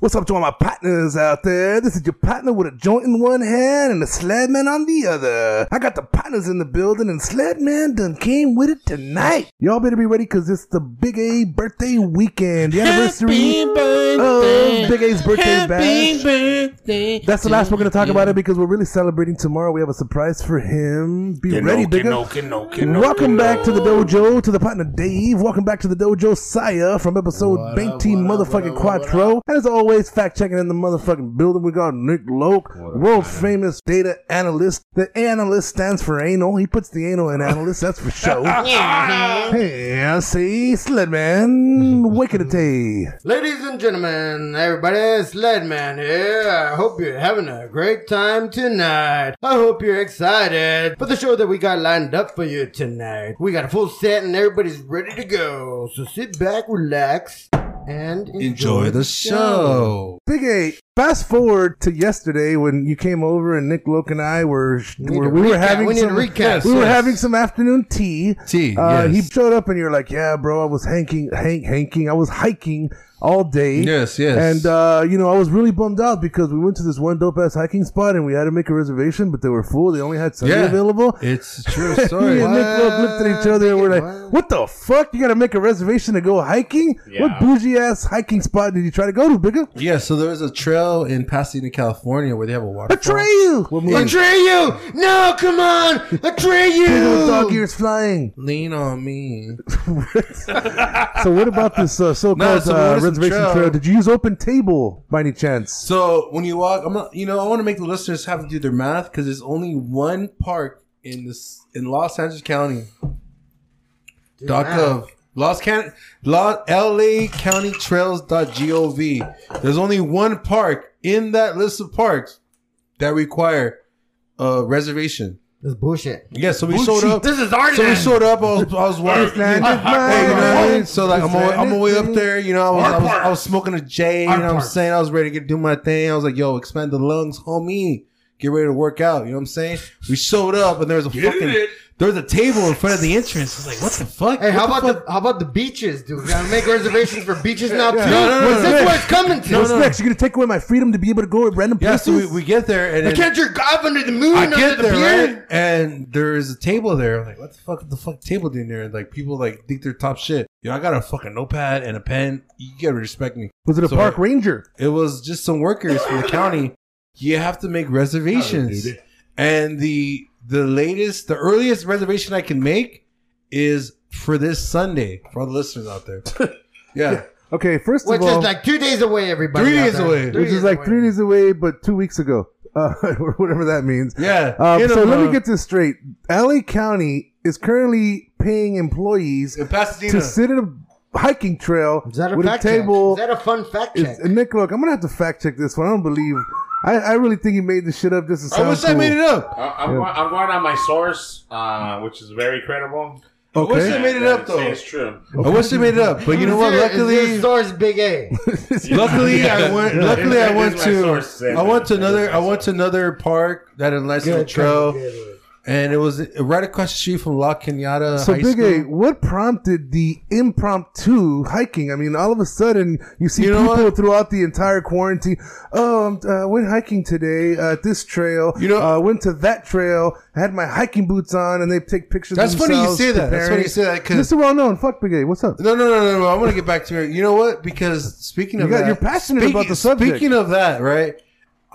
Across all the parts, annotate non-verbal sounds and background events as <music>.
What's up to all my partners out there? This is your partner with a joint in one hand and a sledman on the other. I got the partners in the building and sledman done came with it tonight. Y'all better be ready because it's the Big A birthday weekend, the anniversary Happy of birthday. Big A's birthday Happy bash. birthday. That's the last we're gonna talk about it because we're really celebrating tomorrow. We have a surprise for him. Be ready, bigger. Welcome back to the dojo, to the partner Dave. Welcome back to the dojo, Saya from episode What up, 19, what up, motherfucking what up, what Quattro. And as always, fact checking in the motherfucking building. We got Nick Loke, world famous data analyst. The analyst stands for anal. He puts the anal in analyst, that's for sure. yeah, see, <laughs> Sledman, wicked a day. Ladies and gentlemen, everybody, it's Leadman here. I hope you're having a great time tonight. I hope you're excited for the show that we got lined up for you tonight. We got a full set and everybody's ready to go. So sit back, relax, and enjoy, Big A, fast forward to yesterday when you came over and Nick Loke and I were we, need a we were recap. having We need a some recap. we were Yes. having some afternoon tea. Tea, Uh, yes. He showed up and you're like, yeah, bro, I was hanking, hank, hanking, I was hiking all day. Yes, yes. And uh, you know, I was really bummed out because we went to this one dope ass hiking spot and we had to make a reservation, but they were full. They only had Sunday Yeah. available. It's <laughs> a true Me story. and Nick Loke looked at each other and we're like, "What the fuck? You gotta make a reservation to go hiking? What bougie ass hiking spot did you try to go to, bigger?" yeah, so there was a trail in Pasadena, California where they have a waterfall. Atreyu! What <laughs> movie? Atreyu! No, come on! Little dog Atreyu! ears flying. Lean on me. So what about this <laughs> uh, so-called Nah, so what uh, is the reservation trail? trail? Did you use open table by any chance? So when you walk, I'm not, you know, I want to make the listeners have to do their math because there's only one park in this in Los Angeles County. dot gov. Los Can Los LA County Trails.gov. There's only one park in that list of parks that require a reservation. This is bullshit. Yeah, so we showed up. This is our So we land. showed up. I was, I was walking. Land Hey, <laughs> is mine. you know what I mean? So like, I'm all, I'm all way up there. You know, I was, Our I was, park. I was smoking a J. You know Our what I'm park. saying? I was ready to get, do my thing. I was like, yo, expand the lungs, homie. Get ready to work out. You know what I'm saying? We showed up and there was a fucking there was a table in front of the entrance. I was like, what the fuck? Hey, how What about the fuck? the how about the beaches, dude? We gotta make reservations for beaches now too. No, no, no, What's no, this no. where it's coming to? What's next? You're gonna take away my freedom to be able to go at random Yeah, places? so we, we get there and I then can't drink up under the moon, I under get the there beer. right, and there is a table there. I'm like, what the fuck? What the fuck table doing there? Like people like think they're top shit. Yo, I got a fucking notepad and a pen. You gotta respect me. Was it a So- park ranger? It was just some workers from the county. You have to make reservations, and the the latest, the earliest reservation I can make is for this Sunday for all the listeners out there. Yeah, Okay, first Which of all, is like two days away, everybody. Three out days there. away. which is like three days away, but two weeks ago, uh, <laughs> or whatever that means. yeah. Um, Get so them, let uh, me get this straight. LA County is currently paying employees in Pasadena. to sit at a hiking trail Is that a with a fact check? table Is that a fun fact check? Is, and Nick, look, I'm gonna have to fact check this one. I don't believe. I, I really think he made this shit up just to I sound wish cool. I Oh, made it up. Uh, I'm, going, I'm going on my source, uh, which is very credible. I wish Okay. I made it Yeah, up say though. It's true. I wish they made it up, but you know what? Is there- is Luckily, there source Big A. luckily I Yeah. went. Yeah. Luckily I That went is my source, to. yeah. I went to That is another. my I went source. to another park that had a nice little trail, and it was right across the street from La Cañada So, High Big School. A, what prompted the impromptu hiking? I mean, all of a sudden, you see You know people what? throughout the entire quarantine. Oh, I'm- uh, I went hiking today uh, at this trail. You know- uh, went to that trail. Had my hiking boots on, and they take pictures. That's of funny you themselves say that. That's preparing. funny you say that, 'cause- this is well known. Fuck Big A, what's up? No, no, no, no, no. I want to get back to it. You know what? Because speaking You of got- that, you're passionate about the subject. Speaking of that, right?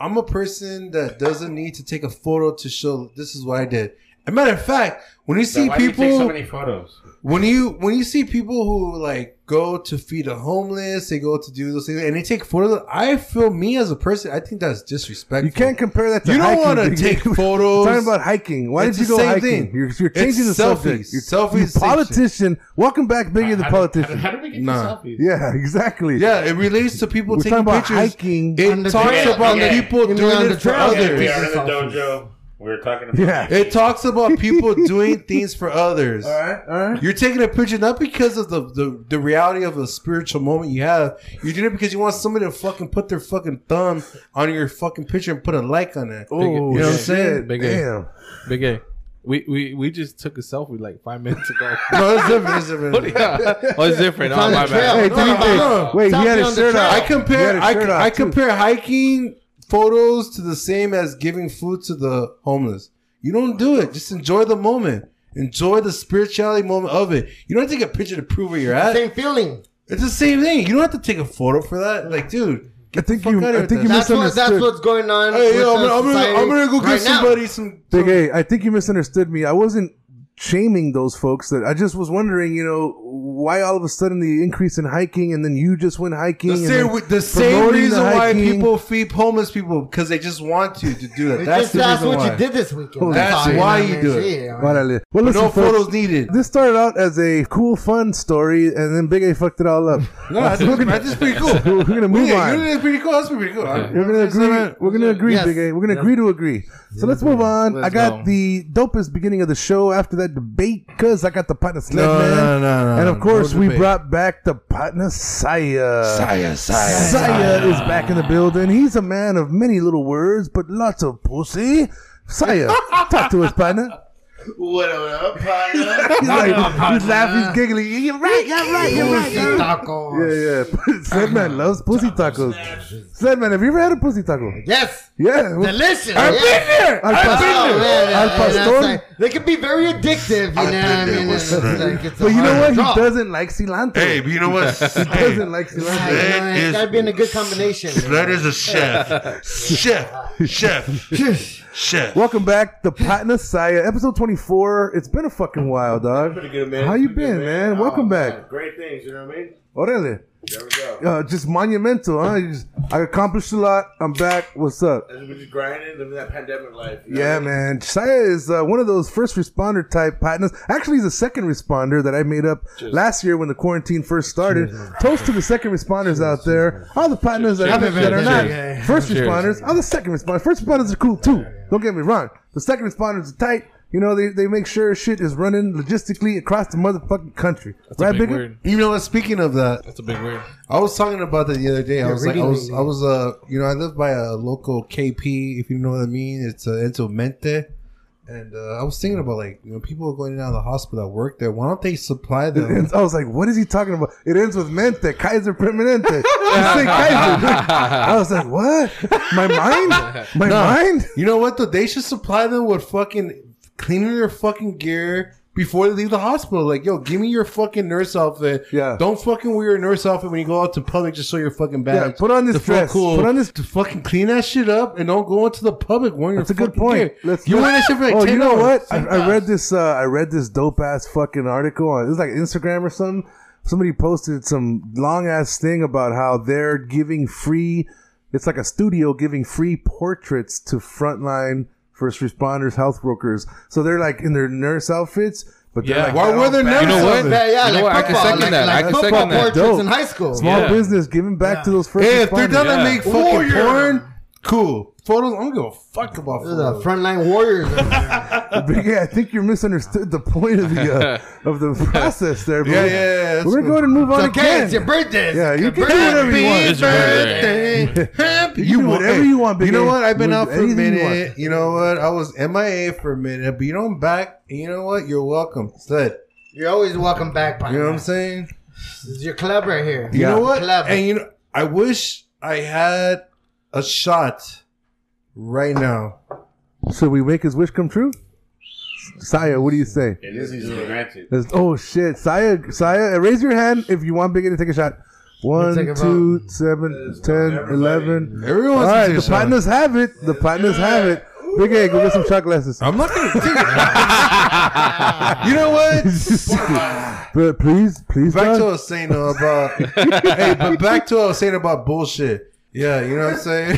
I'm a person that doesn't need to take a photo to show this is what I did. a matter of fact, when you see why people, do you take so many photos? when you when you see people who like go to feed a homeless, they go to do those things, and they take photos. I feel me as a person, I think that's disrespectful. You can't compare that to You don't hiking, <laughs> wanna dude. take We're photos. talking about hiking. Why It's did you the go same hiking? thing. You're, you're changing It's the selfies. subject. You're, Selfies you're is the same politician. Welcome back, Biggie the How do- politician. How, how did we get Nah. to selfies? yeah, <laughs> exactly. Yeah, it relates to people We're talking taking about pictures. hiking. On It the talks trail. about Okay. people You mean on doing the it for trail. Okay, others. we are in the Selfies. dojo. We were talking about Yeah. It talks <laughs> about people doing things for others. All right, all right. You're taking a picture not because of the, the, the reality of a spiritual moment you have. You're doing it because you want somebody to fucking put their fucking thumb on your fucking picture and put a like <laughs> on it. Oh, you know what I'm shit. saying? Big A. Damn. Big A. We, we, we just took a selfie like five minutes ago. No, it's different. It's different. oh, yeah. Oh, it's different. It's oh, on my the bad. trail. Hey, No, do you no, think? no. Wait, he had Selfie his on the shirt trail. off. I He had compare his I, shirt co- off, I too. compare hiking photos to the same as giving food to the homeless. You don't do it. Just enjoy the moment. Enjoy the spirituality moment of it. You don't have to take a picture to prove where you're at. Same feeling. It's the same thing. You don't have to take a photo for that. Like, dude, I get think the fuck you. out of I here think with you that. That's, what, that's misunderstood. what's going on. Hey, with yo, I'm, the gonna, I'm, gonna, I'm society gonna go get right now. somebody some. Big A, I think you misunderstood me. I wasn't shaming those folks. That I just was wondering, you know, why all of a sudden the increase in hiking, and then you just went hiking. The and same, then re- the same promoting the reason why hiking. people feed homeless people because they just want to to do that. It's That's just the that's reason what why. you did this weekend. That's all, why know you what do I mean? it. Yeah, all right. Órale. Well, listen, No folks, photos needed. This started out as a cool, fun story, and then Big A fucked it all up. <laughs> No, that's, that's pretty <laughs> cool. We're gonna move yeah, on. You know, that's pretty cool. That's pretty cool. I- We're gonna agree. We're gonna agree, Yes. Big A. We're gonna agree to agree. So let's move on. I Let's got go. the dopest beginning of the show after that debate because I got the partner sled No, man, no, no, no, and of no course we debate. brought back the partner Saya. Saya, Saya, Saya is back in the building. He's a man of many little words, but lots of pussy. Saya, talk to us, partner. What up, partner? <laughs> He's like, he's laughing, he's giggling. You're right, you're right, you're right. Pussy tacos. Yeah, yeah. <laughs> Sledman loves pussy tacos. Sledman, have you ever had a pussy taco? Yes, Yeah. well, delicious. <laughs> I've yeah. been there. Al I've pastor. been Oh, there. yeah, yeah, Al yeah, pastor. that's like- they can be very addictive, you know. what I there mean, with it's like it's a But you know hard what? He draw. doesn't like cilantro. Hey, but you know what? He hey, doesn't like Yeah, cilantro. Hey. you know, That it's is- gotta be in a good combination. that is a <laughs> chef. chef. Chef. Chef. Welcome back to Patna Saya, episode 24. It's been a fucking while, dog. Pretty good, man. Oh, How you Pretty good, been, man? Welcome back. Great things, you know what I mean? Orale. There we go. Uh, just monumental, huh? You just- I accomplished a lot. I'm back. What's up? We're just grinding, living that pandemic life. you know Yeah, what I mean? man. Saya is uh, one of those first responder type partners. Actually, he's a second responder that I made up last year when the quarantine first started. Toast to the second responders out there. All the partners that, Cheers. that are not Cheers. first Cheers. responders. All the second responders. First responders are cool too. Don't get me wrong. The second responders are tight. You know, they, they make sure shit is running logistically across the motherfucking country. That's right, a big Bigger? word. You know what? Speaking of that, That's a big word. I was talking about that the other day. I was like, I really, was, really. I was, uh, you know, I live by a local KP, if you know what I mean. It's uh, Ento Mente. And uh, I was thinking about like, you know, people going in and out of the hospital that work there. Why don't <laughs> they supply It them? ends- I was like, what is he talking about? It ends with mente, Kaiser Permanente. <laughs> You say Kaiser. I was like, what? My mind? My mind? you know what? Though they should supply them with fucking cleaning their fucking gear before they leave the hospital. Like, yo, give me your fucking nurse outfit. Yeah. Don't fucking wear your nurse outfit when you go out to public. Just show your fucking badge. Yeah, put on this To feel dress. Put on this- To fucking clean that shit up and don't go into the public wearing your That's a good fucking point. gear. Let's you wear that let's- shit for like oh, 10 you know hours. what? I, I read this. Uh, I read this dope ass fucking article on. It was like Instagram or something. Somebody posted some long ass thing about how they're giving free. It's like a studio giving free portraits to frontline first responders, health workers. So they're like in their nurse outfits, but they're Yeah. like Why not were all there bad. nurse You know what? Yeah, yeah, You like know what? I can football, second like, that. like I can football second that. portraits Dope. in high school. Small Yeah. business giving back to those first Hey, if they're responders. down to Yeah. make fucking Warrior. porn, cool. Photos, I don't give a fuck about Those are photos. frontline warriors. <laughs> over there. <laughs> But yeah, I think you misunderstood the point of <laughs> the uh, of the process there. but Yeah, yeah, yeah, that's We're gonna go ahead and move on It's okay, again. it's your birthday. Yeah, you It's can your do whatever you want. It's your birthday. Happy. <laughs> You can do whatever you want, You Big know A. what? I've been You out can for a do anything you minute. You, know what? I was MIA for a minute, but you know I'm back. And you know what? You're welcome. Stud. You're always welcome back, You know partner. what I'm saying? This is your club right here. You Yeah. know what? Club. And you know, I wish I had a shot right now. Should we make his wish come true? Saya, what do you say? It is easily granted. Let's- oh shit, Saya, Saya, raise your hand if you want Big A to take a shot. One, take a two, seven, ten, eleven. Everyone's All right, the shot. partners have it. The partners have it. Big A, go get some shot glasses. <laughs> I'm not gonna. Dude, you know what? back but please, please, to what I God. was saying though about. hey, but back to what I was saying about bullshit. Yeah, you know what I'm saying.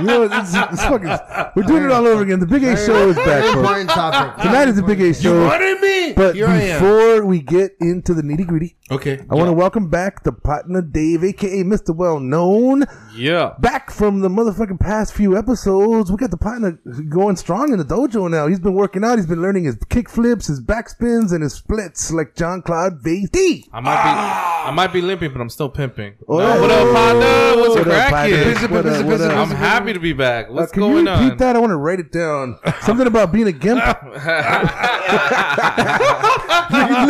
you know, it's, it's fucking, we're doing it all over again. The Big A show is back, folks. Important topic. Tonight is the Big A show. Pardon me. But Here I am. before we get into the nitty gritty, Okay. I want to welcome back the partner Dave, aka Mr. Well Known, Yeah. back from the motherfucking past few episodes. We got the partner going strong in the dojo now. He's been working out. He's been learning his kick flips, his backspins, and his splits like John Claude Van D. I might be I might be limping, but I'm still pimping. Oh. No, what up, partner? What's What up, partner? cracking? What up, what up? I'm happy to be back. Uh, What's can going you repeat on? <laughs> that? I want to write it down. Something about being a gimp. <laughs> look,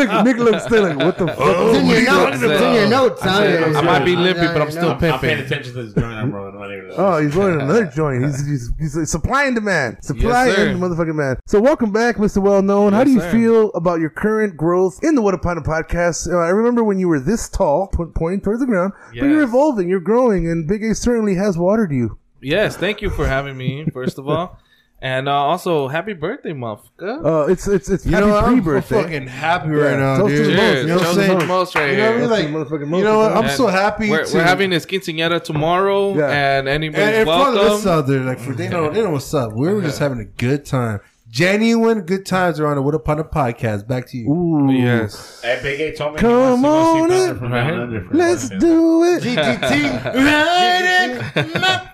look, Nick looks still like, what the fuck? Oh, It's in your What are you talking notes. It's in your about? notes. huh? I said, I might be Yeah, limpy, but I'm yeah, still yeah. I'm paying pimping. attention to this joint I'm rolling. I don't even know. Oh, he's rolling another joint. He's, he's, he's a supply and demand. Supply Yes, sir. and motherfucking man. So welcome back, Mr. Well Known. How Yes, do you sir. feel about your current growth in the What a Panda podcast? Uh, I remember when you were this tall, po- pointing towards the ground, but you're Yes. evolving, you're growing, and Big A certainly has watered you. Yes, thank you for having me, first of all. And uh, also, happy birthday, motherfucker. Uh, it's it's it's You happy know, I'm pre-birthday. fucking happy Yeah. right now, Toast to the dude. most, Cheers. you know what I'm Jose saying? Most You know what right I mean? here. Like, motherfucking you know what? motherfucker. I'm so And happy. We're, to, we're having this quinceañera tomorrow, Yeah. and anybody's And in front of uh, this welcome. out there, like for they know they know what's up. We were just having a good time, genuine good times around the What Upon the podcast. Back to you. Ooh. Yes. Hey, Big A told me. Come he wants to on go see in. Thunder from down under for Let's one. do it. <laughs> GTT.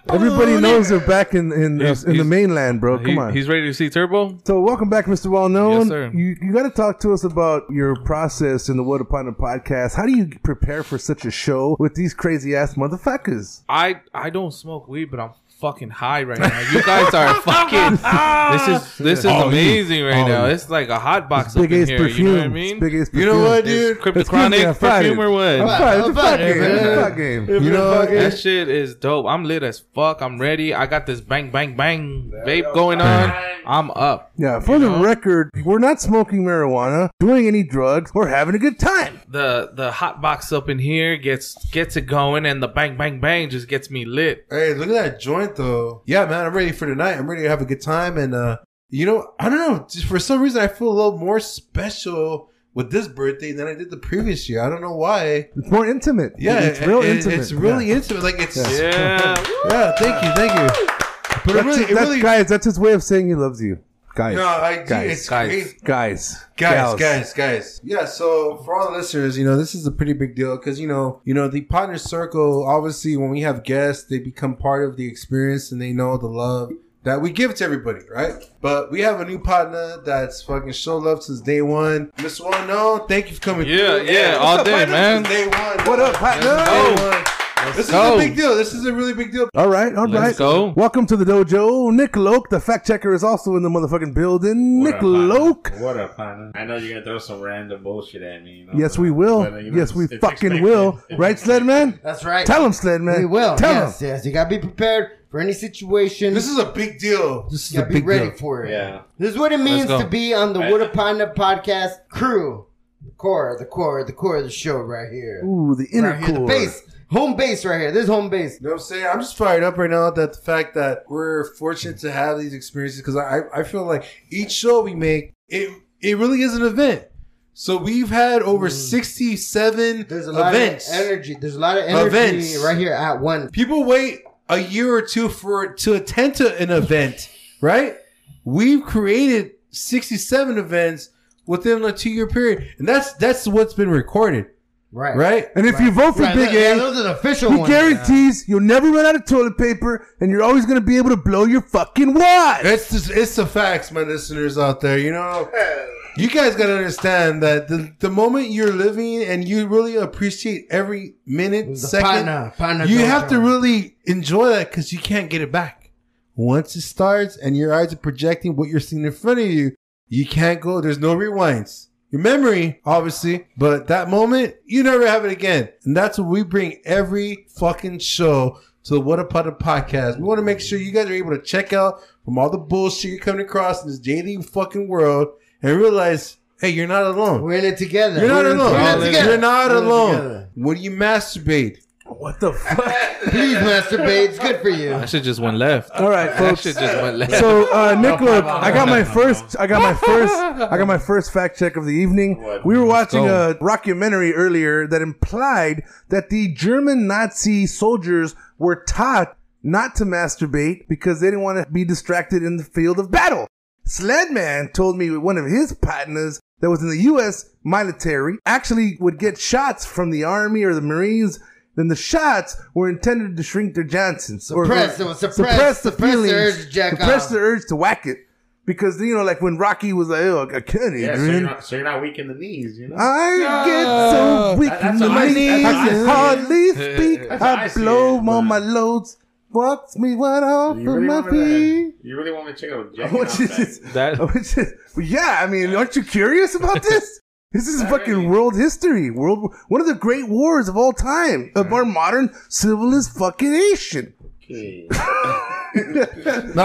Everybody knows they're back in in, He's- in the he's- mainland, bro. Come He- on. He's ready to see Turbo. So welcome back, Mr. Well Known. Yes, sir. You you got to talk to us about your process in the What Upon a podcast. How do you prepare for such a show with these crazy ass motherfuckers? I I don't smoke weed, but I'm fucking high right now. You guys <laughs> are fucking. This is this is All you. amazing right All now. you. It's like a hot box up Big in Ace here. perfume. You know what I mean? Big Ace perfume. You know what, This dude? Excuse me, I'm cryptochronic fried. perfumer I'm wood. fried. It's a fuck I'm game. fried. It's a fuck game. You know, That shit is dope. I'm lit as fuck. I'm ready. I got this bang bang bang vape going on. I'm up. Yeah. For the record, we're not smoking marijuana, doing any drugs. We're having a good time. The the hot box up in here gets gets it going, and the bang bang bang just gets me lit. Hey, look at that joint though. Yeah, man, I'm ready for tonight. I'm ready to have a good time. And uh, you know, I don't know. Just for some reason, I feel a little more special with this birthday than I did the previous year. I don't know why. It's more intimate. Yeah, it's real it- it- intimate. It's really Yeah. intimate. Like it's yeah. Yeah. thank you, thank you. But it That's, really, really, it really. guys. That's his way of saying he loves you, guys. no, I, dude, guys, it's guys. crazy. guys, guys, gals. guys, guys. Yeah. So for all the listeners, you know, this is a pretty big deal because you know, you know, the partner circle. Obviously, when we have guests, they become part of the experience and they know the love that we give to everybody, right? But we have a new partner that's fucking show love since day one. Miss Well Known, thank you for coming. <laughs> Yeah, through. yeah, all what's up, day, partner? man. Since Day one. What up, partner? go. Day one. This is go. a big deal. This is a really big deal. All right, all right. Let's go. Welcome to the dojo. Nick Loke, the fact checker, is also in the motherfucking building. What Nick up, partner? Loke. What up, partner? I know you're gonna throw some random bullshit at me. You know, Yes, but- we will. but, uh, you know, yes, we it's- it's fucking expected. will. It's Right, expected. Sledman? That's right. Tell him, Sledman. We will. Tell yes, him. yes. You gotta be prepared for any situation. This is a big deal. This is you a gotta be big ready deal. for it. Yeah. This is what it means go. to be on the Right. Wood Panda podcast crew. The core, the core, the core of the show right here. Ooh, the inner right here, the core. base. Home base right here. This is home base. You know what I'm saying? I'm just fired up right now that the fact that we're fortunate to have these experiences because I, I feel like each show we make, it it really is an event. So we've had over 67 Mm. There's a lot events. of energy. There's a lot of energy Events. right here at one. People wait a year or two for to attend to an event, right? We've created 67 events within a two year period. And that's that's what's been recorded, Right. right? And if you vote for Right, Big yeah, A, those are the official he ones. guarantees you'll never run out of toilet paper and you're always going to be able to blow your fucking wad. It's just, it's the facts, my listeners out there. You know, you guys gotta understand that the the moment you're living and you really appreciate every minute, The second, pana- pana you dojo. have to really enjoy that because you can't get it back. Once it starts and your eyes are projecting what you're seeing in front of you, you can't go. There's no rewinds. Your memory, obviously, but that moment, you never have it again. And that's what we bring every fucking show to the What a Putter podcast. We want to make sure you guys are able to check out from all the bullshit you're coming across in this daily fucking world and realize, hey, you're not alone. We're in it together. You're not We're in it alone. together. You're not We're in it alone. together. When you masturbate, What the fuck? Please masturbate. It's good for you. That shit just went left. All right, That folks. shit just went left. So, uh, Nick, look, I got my first, I got my first, I got my first fact check of the evening. We were watching go. a documentary earlier that implied that the German Nazi soldiers were taught not to masturbate because they didn't want to be distracted in the field of battle. Sledman told me one of his partners that was in the U.S. military actually would get shots from the Army or the Marines. Then the shots were intended to shrink their Johnsons or Suppress, or it was suppressed. Suppress the urge to jack suppress off. the urge to whack it. Because you know, like when Rocky was like, "Oh, I can't Yeah, so Adrian. you're, not, so you're not weak in the knees, you know? I Yeah. get so weak That- in that's the how I- knees, that's how I I see it. hardly <laughs> speak. That's how I I see blow it, on but- my loads, walks me right off you of really my want me feet." to, you really want me to <laughs> check out I Jack? want you to- <laughs> That- I want you to- well, yeah, I mean, aren't you <laughs> curious about this? This is fucking world history, world one of the great wars of all time of our modern civilized fucking nation. No,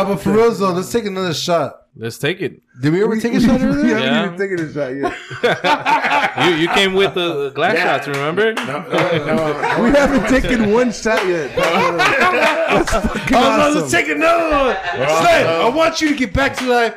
but for real though, let's take another shot. Let's take it. Did we ever take a shot <laughs> earlier? <laughs> Yeah, we Yeah. didn't take it a shot yet. You you came with the the glass Yeah. shots, remember? We haven't taken one shot yet. <laughs> That's fucking awesome. Let's take another one. Sled, I want you to get back to life.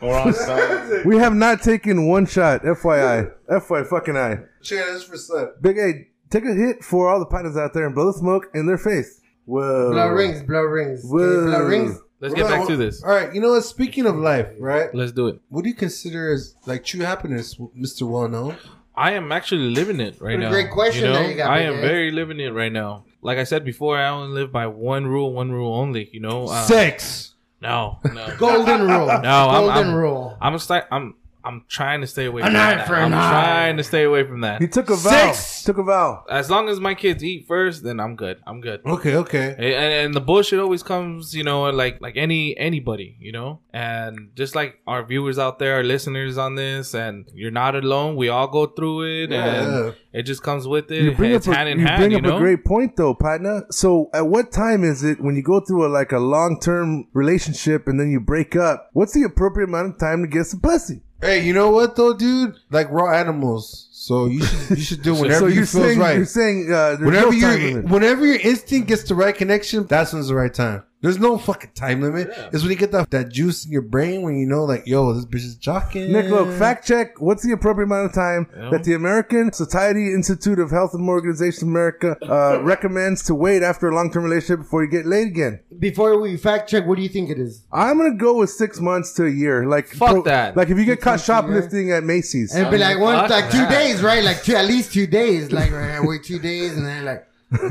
Or on side. we have not taken one shot. FYI. FYI fucking I. Check out this for Sled. Big A, take a hit for all the partners out there and blow the smoke in their face. Whoa. Blow rings, blow rings. Whoa. Blow rings. Let's get Well, back to this. All right, you know what? Speaking of life, right? Let's do it. What do you consider as like true happiness, Mister Well Known? I am actually living it right What a now. great question you know? that you got, I Big am A. very living it right now. Like I said before, I only live by one rule, one rule only. You know, uh, Sex. no, <laughs> no, Golden rule. No, I'm- Golden I'm- rule. I'm sti- I'm I'm trying to stay away. An from eye that. for I'm an eye. trying to stay away from that. He took a vow. Six. Took a vow. As long as my kids eat first, then I'm good. I'm good. Okay, okay. And, and the bullshit always comes, you know, like like any anybody, you know, and just like our viewers out there, our listeners on this, and you're not alone. We all go through it, Yeah. and it just comes with it. You bring it's up, a, hand in you hand, bring you up know. a great point though, partner. So at what time is it when you go through a, like a long term relationship and then you break up? What's the appropriate amount of time to get some pussy? Hey, you know what though, dude? Like raw animals. So you should you should do so whenever you're you feels saying right. you're saying uh, there's whenever no time your limit. whenever your instinct gets the right connection, that's when's the right time. There's no fucking time limit. It's when you get that, that juice in your brain when you know like, yo, this bitch is jocking. Nick, look, fact check. What's the appropriate amount of time that the American Society Institute of Health and Organization of America uh, <laughs> recommends to wait after a long-term relationship before you get laid again? Before we fact check, what do you think it is? I'm gonna go with six months to a year. Like Fuck that. Like if you get caught shoplifting at Macy's, And it'd be like one, fuck like two that. days, right? Like two, at least two days. Like right, I wait two days, and then like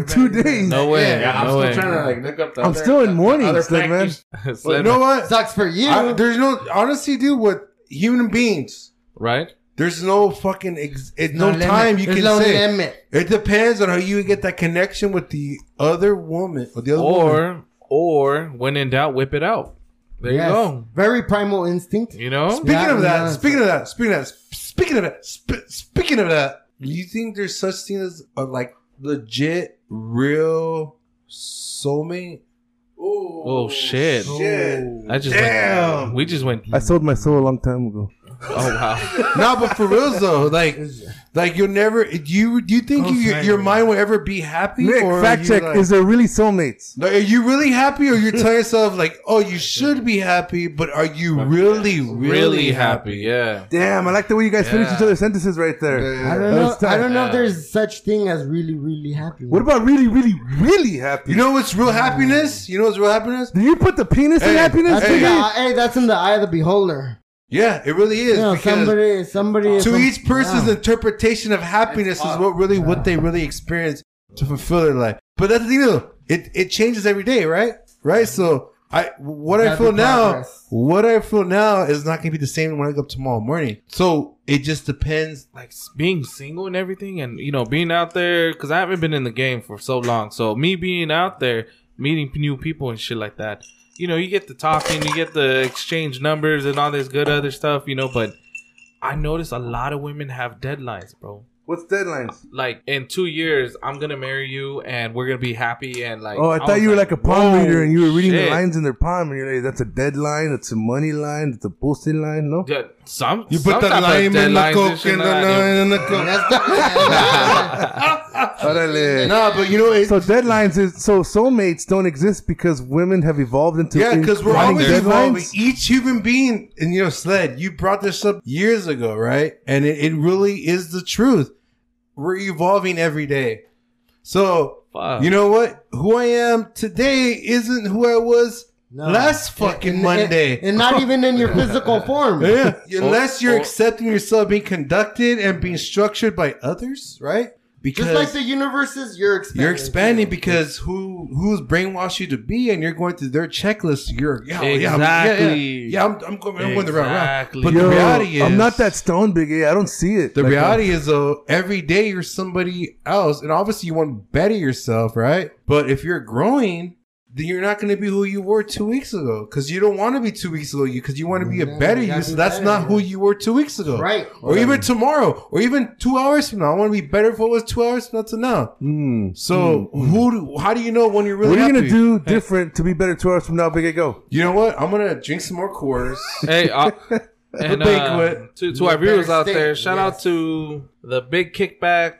two days. no way. Yeah, I'm no still way. trying to like look up the I'm other- still in the mourning, other Slim, man. factors. <laughs> You Slim, know what? sucks for you. I- there's no honestly, dude. With human beings, right? There's no fucking ex- it's no, limit. time you There's can no say. limit. It depends on how you get that connection with the other woman or the other woman. Or or when in doubt, whip it out. There Yes. you go. Very primal instinct. You know. Speaking Yeah, of that, yeah. speaking of that, speaking of that, sp- speaking of that, sp- speaking of that, do you think there's such thing as a, like legit, real soulmate? <laughs> Oh shit! I just Went, we just went. I sold my soul a long time ago. Oh wow! no, but for real though, like, like you'll never. Do you do you think you, your mind will ever be happy? Nick, or are fact you check: like- Is there really soulmates? Like, are you really happy, or you're telling yourself like, "Oh, you should be happy," but are you really, <laughs> really, Really happy. happy? Yeah. Damn, I like the way you guys finish Yeah. each other's sentences right there. I don't That know. was tight. I don't know if Yeah. there's such thing as really, really happy. What about really, really, really happy? You know what's real happiness? You know what's real happiness? Do you put the penis in Hey, happiness? That's Hey. in the Hey. eye- hey, that's in the eye of the beholder. Yeah, it really is. You know, because somebody, somebody. to some- each person's Yeah. interpretation of happiness is what really what they really experience to fulfill their life. But that's the thing, though. It it changes every day, right? Right. So I what I Gotta feel be now, progress. what I feel now is not going to be the same when I wake up tomorrow morning. So it just depends. like s- being single and everything and you know being out there because i haven't been in the game for so long so me being out there meeting p- new people and shit like that you know you get the talking you get the exchange numbers and all this good other stuff you know but i notice a lot of women have deadlines bro What's deadlines? like in two years I'm gonna marry you and we're gonna be happy and like Oh, I thought was you were like a palm whoa, reader and you were reading the shit. lines in their palm and you're like, that's a deadline, that's a money line, that's a posting line, no? Yeah, some You put the lime in the coke and the lime in the coke. That's the Órale. Nah, but you know it. So deadlines is so soulmates don't exist because women have evolved into Yeah, because we're wanting always evolving. Each human being, and you know, Sled, you brought this up years ago, right? And it, it really is the truth. We're evolving every day. So, Fuck. you know what? Who I am today isn't who I was last fucking And- Monday. and, and not even in your physical form. <laughs> yeah, unless you're or- accepting yourself being conducted and being structured by others, right? Because Just like the universes, you're expanding. you're expanding because who who's brainwashed you to be, and you're going through their checklist. You're yeah, yeah, I'm- yeah, yeah, Exactly. yeah, I'm, I'm going, I'm going the right route. Exactly. But Yo, the reality is, I'm not that stone, Big A. I don't see it. The Like, reality is though, every day you're somebody else, and obviously you want to better yourself, right? But if you're growing. Then you're not going to be who you were two weeks ago because you don't want to be two weeks ago. You because you want to be a Yeah, better you you. gotta So be that's better, not yeah. who you were two weeks ago, Right. Or even tomorrow, or even two hours from now. I want to be better for what was two hours from now to now. Hmm. So who? Do, how do you know when you're really? what are you happy? gonna do different to be better two hours from now, Big A? Go. You know what? I'm gonna drink some <laughs> more quarters. hey, uh, and, uh, banquet. to to our viewers out there, shout out Yes. to the Big Kickback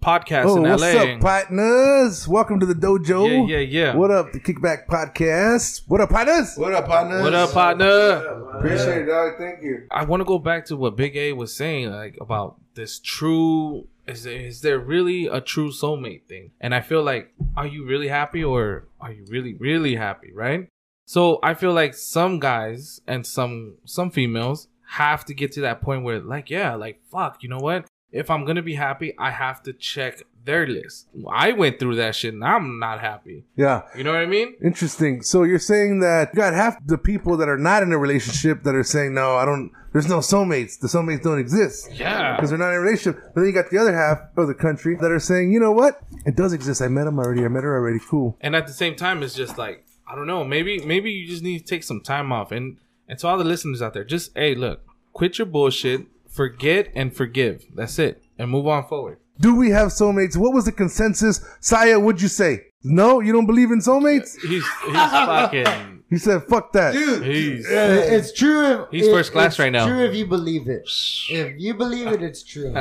podcast oh, in what's LA. up, partners? Welcome to the dojo. Yeah, yeah, yeah. What up, the Kickback Podcast? What up, partners? what up, partner? What up, partner? Appreciate it, dog. Thank you. I want to go back to what Big A was saying, like about this true. Is there, is there really a true soulmate thing? And I feel like, are you really happy or are you really, really happy? Right. So I feel like some guys and some some females have to get to that point where, like, yeah, like fuck, you know what? If I'm gonna be happy, I have to check their list. I went through that shit and I'm not happy. Yeah. You know what I mean? Interesting. So you're saying that you got half the people that are not in a relationship that are saying, no, I don't, there's no soulmates. The soulmates don't exist. Yeah. Because they're not in a relationship. But then you got the other half of the country that are saying, you know what? It does exist. I met him already. I met her already. Cool. and at the same time it's just like i don't know maybe maybe you just need to take some time off and and to all the listeners out there just hey look quit your bullshit forget and forgive that's it and move on forward Do we have soulmates? What was the consensus? Saya, what'd you say? No, you don't believe in soulmates? he's he's <laughs> fucking He said, fuck that. he's It- It's true. If, He's it- first class it's right now. True if you believe it. If you believe it, it's <laughs> true.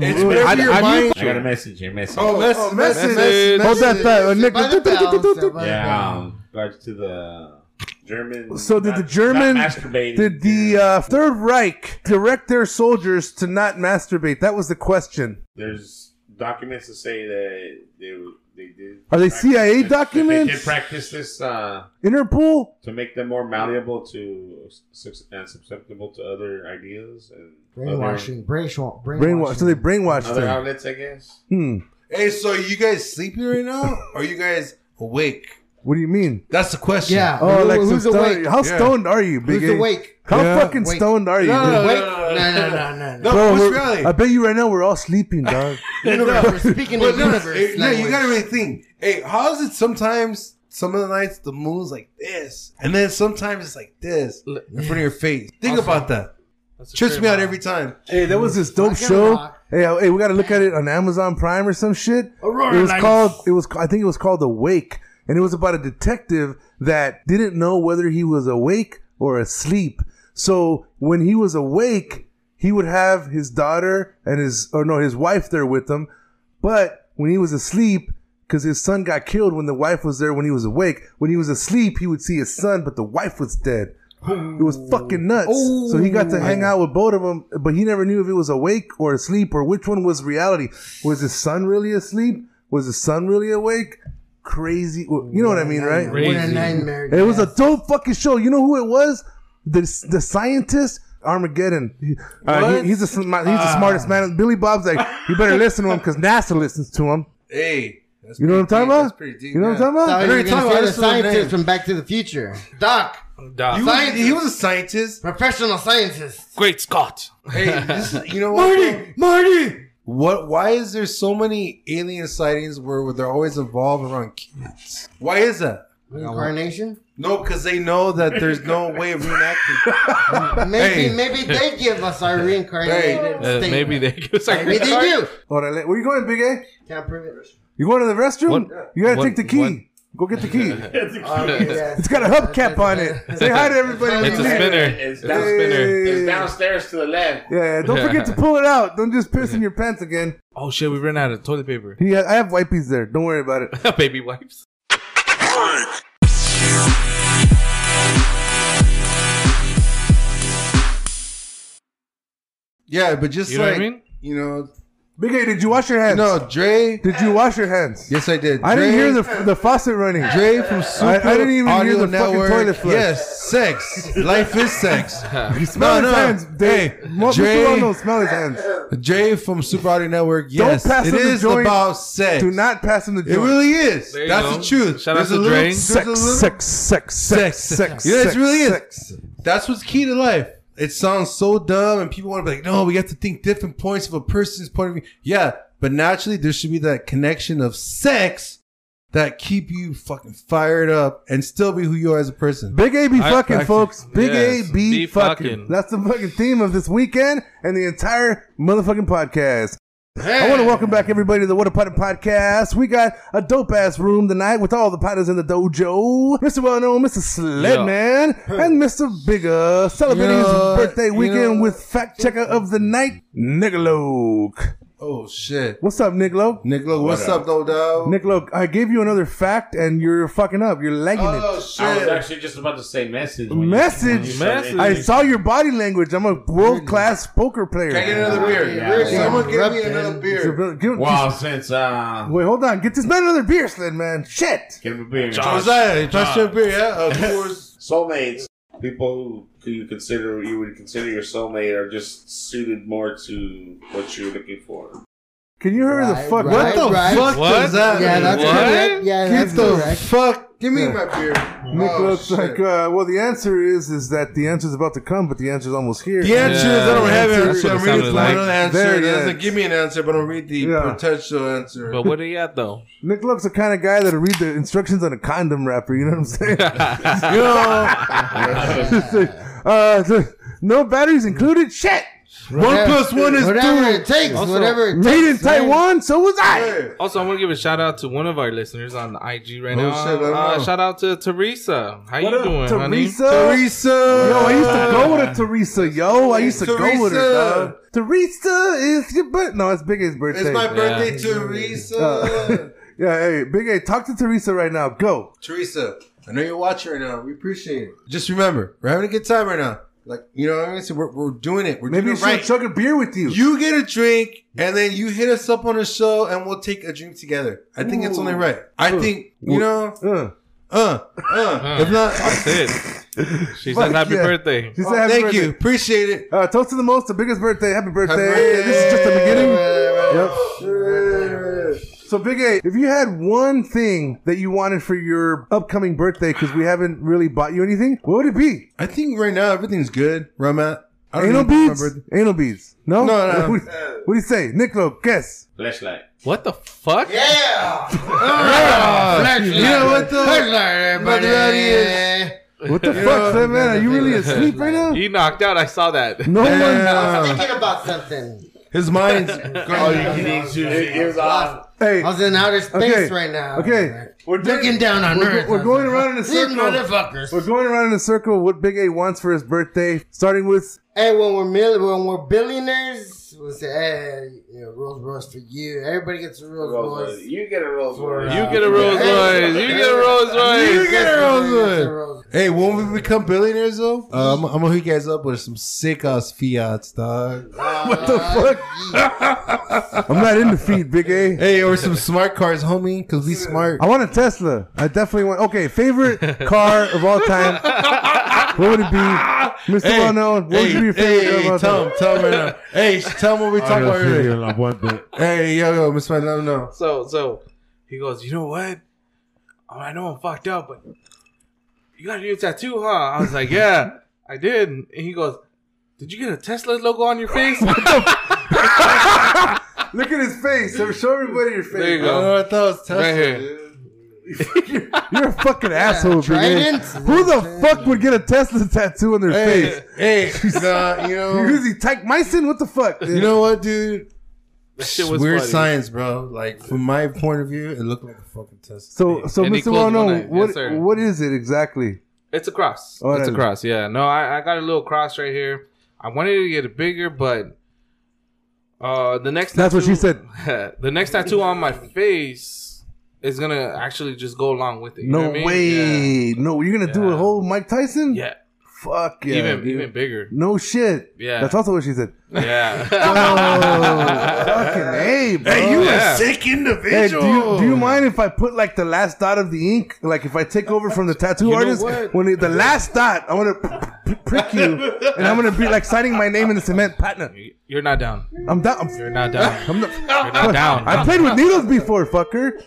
It's whatever you're buying. I got a message. Your message. Oh, mess- Oh, message. Message. Hold that thought. Uh, Nick. By the bells, by the yeah. bells. Um, back to the German. So did the not- German not masturbating. did the uh, Third Reich direct their soldiers to not masturbate? That was the question. There's documents that say that they they did. Are they practice this- CIA that They documents? did practice this uh, Interpol? to make them more malleable to sus- and susceptible to other ideas and Brainwashing. Brainwashing. Brainwash. So they brainwashed other, other them. outlets, I <laughs> guess. Hmm. Hey, so you guys sleeping right now? or you guys awake? What do you mean? That's the question. Yeah. Oh, Who- like some who's stone- awake? How Yeah. stoned are you, Big Who's A? awake? How Yeah. fucking Wake. stoned are you? No, no, dude? no. Awake? No, no, no, no, no. No, Bro, what's we're- reality? I bet you right now we're all sleeping, dog. <laughs> Universe. We're speaking But in no, universe eh, no, you language. gotta really think. Hey, how is it sometimes? Some of the nights the moon's like this, and then sometimes it's like this in front of your face. Think about that. That's a Trips trip, me out huh? every time. hey, that was this dope Fucking show. rock. Hey, uh, hey, we got to look at it on Amazon Prime or some shit. Aurora it was Lights. called. It was. I think it was called Awake, and it was about a detective that didn't know whether he was awake or asleep. So when he was awake, he would have his daughter and his, or no, his wife there with him. But when he was asleep, because his son got killed when the wife was there when he was awake. When he was asleep, he would see his son, but the wife was dead. It was fucking nuts. so he got to hang out with both of them, but he never knew if it was awake or asleep or which one was reality. Was his son really asleep? Was his son really awake? Crazy. Well, You know what I mean, right? What a Crazy. nightmare. It was a yes. dope fucking show. You know who it was? The the scientist Armageddon. He- uh, he- he's the sm- he's the smartest man. Billy Bob's like, you better listen to him because NASA listens to him. Hey, that's You know what I'm pretty talking deep. about? That's pretty deep. you know what I'm yeah. talking about? Thought you Every were gonna say time I the listen to the name. scientist from Back to the Future. Doc, <laughs> Doc. He was, he was a scientist. a professional scientist. great scott <laughs> <laughs> Hey, this is, you know what? Marty, Marty. What? Why is there so many alien sightings where, where they're always involved around kids? Why is that? Reincarnation? No, because they know that there's no way of <laughs> reenacting. Maybe Hey. maybe they give us <laughs> our reincarnated Uh, state. maybe they <laughs> give us a maybe green they card. do. Orale. Where you going, Big A? Can't prove it. You going to the restroom? What- You gotta what- take the key. what- Go get the <laughs> key. Um, <laughs> Okay, yes. it's got a hubcap on it. Say hi to everybody. when It's a you leave. spinner. It's It's a down- spinner. it's Hey. downstairs to the left. Yeah, don't forget to pull it out. Don't just piss in your pants again. Oh shit, we ran out of toilet paper. <laughs> He, I have wipies there. Don't worry about it. Baby wipes. Yeah, but just You know like what I mean? you know, Big A, did you wash your hands? no Dre. Did you wash your hands? Yes, I did. I didn't Dre- hear the the faucet running. Dre from Super I didn't even hear Audio the fucking Network. toilet flush. Yes, sex. Life is <laughs> sex. You smell No, his no. hands. Dave. Hey, Mo- Dre- Mr. Rondo, smell his hands. Dre from Super Audio Network. Yes, pass it him the is joint. about sex. Do not pass him the It joint. really is. There you That's go. the truth. Shout out There's a to little- Dre. there's a sex, little- sex, sex, sex, sex. Yeah, it really is. sex. That's what's key to life. It sounds so dumb, and people want to be like, "No, we have to think different points of a person's point of view." Yeah, but naturally, there should be that connection of sex that keep you fucking fired up and still be who you are as a person. Big A be I- fucking, I- folks. Big yes, A be, be fucking. fucking. That's the fucking theme of this weekend and the entire motherfucking podcast. I want to welcome back everybody to the What a Potter podcast. We got a dope ass room tonight with all the potters in the dojo. Mr. Well Known, Mr. Sledman, and Mr. Bigger celebrating You know, his birthday you weekend know- with fact checker of the night, Nickloke. Oh shit, What's up, Nickloke? Nick, look, what's up, though, dog? Nickloke, I gave you another fact and you're fucking up. You're lagging oh I was shit. actually just about to say message. when you- when you Message. said it. I saw your body language. I'm a world class poker player. Can I get another beer? Yeah, yeah. Someone give me Interrupted. another So, beer. Bill, give- Wow, since uh, Wait, hold on. Get this man another beer, Sled Man. Shit. give him a beer. Jose, pass your beer. Yeah, <laughs> of course. soulmates, people who you consider you would consider your soulmate are just suited more to what you're looking for. Can you hear the Right, fuck? right. What the fuck What? does that? Yeah, mean? that's What? correct. Yeah, Get that's the correct. fuck. Give me Yeah. my beer. Nick Oh, looks shit. like, uh, well, the answer is is that the answer's about to come, but the answer's almost here. The answer is I don't Yeah, have an that's answer. what I'm it reading the sounded like. final answer. There it It doesn't is. give me an answer, but I'll read the Yeah. potential answer. But what are you at <laughs> though? Nick looks the kind of guy that'll read the instructions on a condom wrapper. You know what I'm <laughs> saying? you <laughs> know, <laughs> uh, <laughs> so, no batteries included. Shit. one plus one is whatever two. it takes. Also, whatever it takes. Made in man. Taiwan, so was I. Hey, Also, I want to give a shout out to one of our listeners on IG right Oh, now. shit, I don't uh, know. shout out to Teresa. How you doing, honey? Teresa. Yo, Teresa. I used to go with her, Teresa. Yo, I used to go with her, Teresa. dog. Teresa is your birthday. No, it's Big A's birthday. It's my birthday, Uh, Teresa. yeah, hey, Big A, talk to Teresa right now. Go. <laughs> Teresa, I know you're watching right now. We appreciate it. Just remember, we're having a good time right now. Like, you know what I mean? So we're, we're doing it. We're Maybe doing she'll it right. chug a beer with you. <laughs> You get a drink, and then you hit us up on a show, and we'll take a drink together. I think it's only right. I think, you know, Uh. uh, uh. If not, <laughs> That's it. She said happy yeah. birthday. She said happy Oh, thank birthday. you. Appreciate it. Uh, toast to the most, the biggest birthday. Happy birthday. birthday. This is just the beginning. Yep. So, Big A, if you had one thing that you wanted for your upcoming birthday, because we haven't really bought you anything, what would it be? I think right now everything's good where I'm at. I Anal even beads? remember- Anal beads. No? No, no. What, what do you say? Nicklo, guess. Flashlight. What the fuck? Ah, you know what though? Everybody. But that is- What <laughs> the You fuck, know- Sled Man? Are you really asleep right now? He knocked out. I saw that. No I Yeah. Uh. was thinking about something. His mind's All you going. can eat sushi. It was off. one. I Hey, was in outer space Okay. right now. okay. We're looking down on We're, Earth. go- we're going around in a These circle. motherfuckers. We're going around in a circle. What Big A wants for his birthday, starting with Hey, when we're mil- when we're billionaires, we'll say, hey, you know, Rolls Royce for you. Everybody gets a Rolls Rolls Royce. Royce. uh, You get a Rolls Royce. You get a Rolls Royce. You get a Rolls You get Royce. a Everybody gets a Rolls Royce. Rolls Hey, when we become billionaires though, uh, I'm, I'm gonna hook you guys up with some sick ass fiats, dog. what the fuck? I'm not into feet, Big A. Hey, or some smart cars, homie, because we smart. I want a Tesla. I definitely want. Okay, <laughs> favorite car of all time. What would it <laughs> be, Mr. Hey, Well Known? What would hey, be your favorite hey, car of all tell him, time? tell him right now. Hey, tell him what we talked about earlier. Hey, yo, yo, Miss Man, let him know. So so he goes, you know what? Oh, I know I'm fucked up, but you got a new tattoo, huh? I was like, yeah, I did. And he goes, did you get a Tesla logo on your face? Look at his face. Show everybody your face. There you I don't know go. what I thought it was Tesla. Right here. dude. You're a fucking asshole, Big A. Trident? Who the fuck would get a Tesla tattoo on their face? <laughs> hey, nah, you You know, usually type my sin. What the fuck? you know what, dude? <laughs> That shit was Weird funny. science, bro. Like from my point of view, it looked like a fucking test. So, so And he Mr. closed one Well eye. Yes, what sir. what is it exactly? It's a cross. Oh, it's that- a cross. Yeah. No, I, I got a little cross right here. I wanted to get it bigger, but uh, the next That's what she said. said. <laughs> the next tattoo on my face is gonna actually just go along with it. You know No what I mean? way. Yeah. No, you're gonna do a Yeah. whole Mike Tyson? Yeah. Fuck yeah. even dude. <laughs> even bigger. no shit. Yeah. That's also what she <laughs> said. Oh, <laughs> Yeah. fucking hey, bro. Hey, you Yeah. a sick individual. Hey, do you, do you mind if I put like the last dot of the ink? Like if I take over from the tattoo artist, what? when it- the last dot, I'm gonna p- p- prick you, and I'm gonna be like signing my name in the cement, partner. You're not down. I'm down. I'm- You're not down. I'm not, You're not down. I played with needles before, fucker.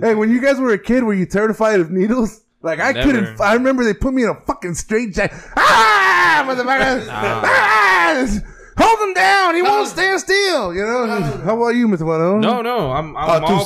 <laughs> hey, when you guys were a kid, were you terrified of needles? Like I Never. couldn't. I remember they put me in a fucking straight jacket. Ah, motherfucker! Ah! Hold him down. He won't stand still. You know. How about you, Mr. Wano? No, no, I'm I'm Oh, two all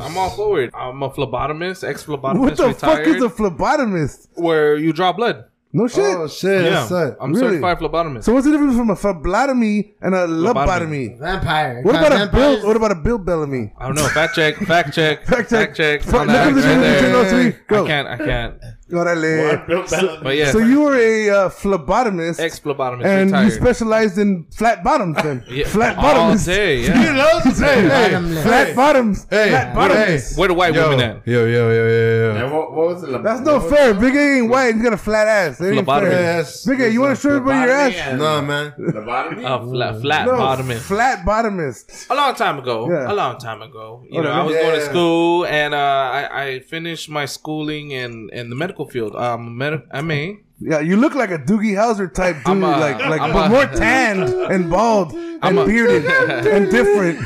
sides. I'm all forward. I'm a phlebotomist, ex phlebotomist, What the fuck retired, is a phlebotomist? where you draw blood. No shit. Oh shit! Yeah, that's it. I'm Really? certified phlebotomist. so what's the difference from a phlebotomy and a lobotomy? Lobotomy. Vampire. What Caught about a vampires? Bill? What about a Bill Bellamy? I don't know. Fact check. Fact <laughs> check. Fact fact check. check. Fact check. Fuck, on look that at the right difference between there. those three. Go. I can't. I can't. <laughs> Órale. But yeah. So you were a uh, phlebotomist, ex phlebotomist and retired. you specialized in flat bottoms. Then <laughs> Yeah, flat all bottoms, <laughs> day. Yeah. Bottomless. flat bottoms, Hey, flat hey, bottoms. Where the white yo, women yo, at? yo, yo, yo, yo. And what, what was it? That's no fair. Big A ain't white. He's got a flat ass. That ain't Phlebotomist. fair. Yes. Big A, you want to show everybody your Lobotomy ass? and- No, man. Lobotomy? A flat, flat No, bottomist. flat bottomist. A long time ago. Yeah. A long time ago. You Oh, know, yeah. I was going to Yeah. school, and uh, I, I finished my schooling in, in the medical field. Um, med- I mean, Yeah, you look like a Doogie Howser type dude, I'm a- like like, I'm but a- more tanned and bald and a- bearded and different.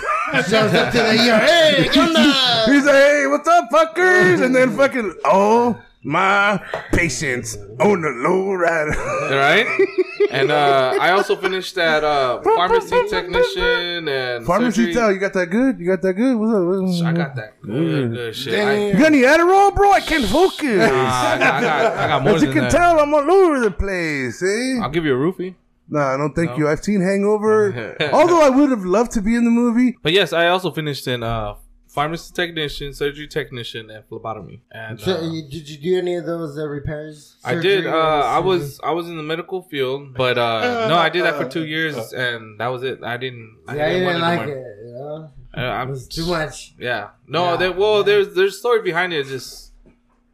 Shows up to the ER. <laughs> Hey, ¿qué onda? He's like, hey, what's up, fuckers? And then fucking, oh my patience on the low <laughs> rider. <laughs> right? and uh, I also finished at uh, pharmacy technician and Pharmacy surgery. tell you got that good? You got that good? What's up? What's up? I got that good, good shit. I, You got any Adderall, bro? I can't focus. Nah, I, got, I, got, I got more As you than can that. tell, I'm all over the place. Eh? I'll give you a roofie. Nah, no, thank you. I've seen <laughs> Hangover. Although I would have loved to be in the movie. But yes, I also finished in uh, pharmacy technician, surgery technician, and phlebotomy. And So, uh, you- did you do any of those uh, repairs? I Surgery did. Uh, or I surgery? was I was in the medical field, but uh, no, I did that for two years, and that was it. I didn't. I Yeah, I want didn't no like more. it. You know? Uh, I'm It was too much. Yeah. No. Yeah, there, well, yeah. there's there's story behind it. Just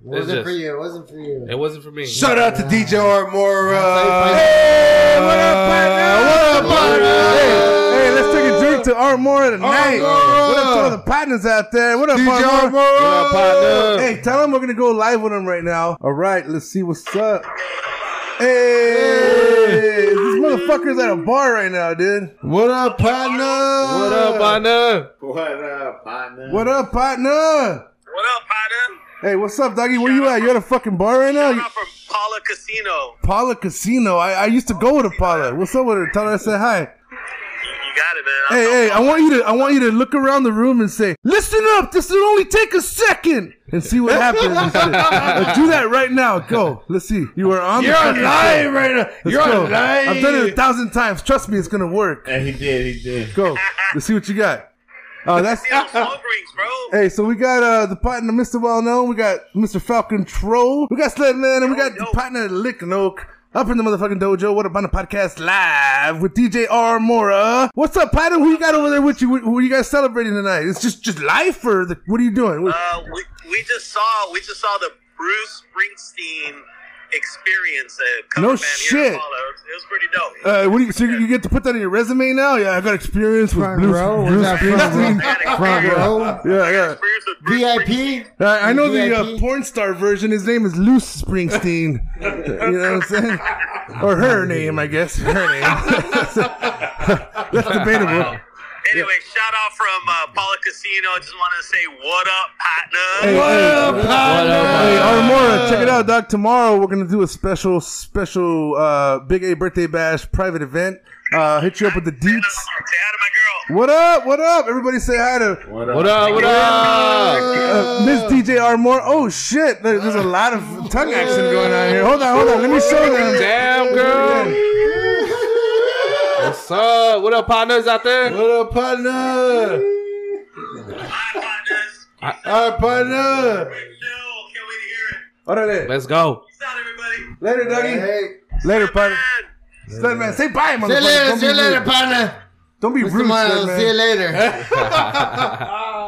It wasn't just- for you. It wasn't for you. it wasn't for me. Shout out to DJ Armora. Hey, what up, partner? What up, partner? Hey, hey, let's take a drink to Armora tonight. Armora. What up to all the partners out there? What up, DJ Armora? Armora. What up, partner? Hey, tell them we're gonna go live with them right now. All right, let's see what's up. Hey, this motherfucker's at a bar right now, dude. What up, partner? What up, Anna? What up, partner? What up, partner? What up, partner? Hey, what's up, doggy? Where you at? You at a fucking bar right now? I'm out from Paula Casino. Paula Casino. I, I used to go to Paula. What's up with her? Tell her I said hi. You, you got it, man. Hey, hey, I want you to I want you to look around the room and say, "Listen up, this will only take a second and see what happens." and shit. Uh, do that right now. Go. Let's see. You are on. You're the fucking show. alive right now. Let's You're go. alive. I've done it a thousand times. Trust me, it's gonna work. And he did, he did. Go. Let's see what you got. Uh, that's. Hey, I'm smoke rings, bro. Hey, so we got uh, the partner, Mr. Well Known. We got Mr. Falcon Troll. We got Sledman, and we got the Yo, yo. partner, Lick Noke. Up in the motherfucking dojo. What up on the podcast live with DJ R Mora? What's up, partner? Who you got over there with you? Who who you guys celebrating tonight? It's just just life, or the, what are you doing? What- Uh, we, we just saw we just saw the Bruce Springsteen experience at cover No band here shit. in Paula. It was, it was pretty <laughs> dope. Uh, what do you, so you get to put that in your resume now? Yeah, I got experience with Front Bruce. row? Where's Bruce that front Springsteen. I had Front experience- row? Yeah, yeah. experience with Bruce <laughs> VIP? Uh, I know the VIP? uh, porn star version. His name is Luce Springsteen. you know what I'm saying? Or her name, I guess. Her name. <laughs> That's debatable. Springsteen. Anyway, shout out from uh, Paula Casino. Just want to say what up, partner. Hey, hey, What hey, up, Armora, check it out, Doc. Tomorrow we're gonna do a special, special uh, Big A birthday bash private event. Uh, hit you up with the Say deets. hi to my girl. What up? What up? Everybody say hi to What What up? What up? uh, Miss DJ Armore. Oh shit! There- There's a lot of tongue action going on here. Hold on, hold on. Let me show them. Damn, girl. What's up? What up, partners out there? What up, partner? Hi, partners. All right, partner. Great show. Can't wait to hear it. Órale. Let's go. Peace out, everybody. Later, Dougie. Hey, Later, partner. Man. Sledman, say bye, see you motherfucker. later, Don't see be you later, rude. partner. Don't be Mr. rude, Miles, see you Sledman. later.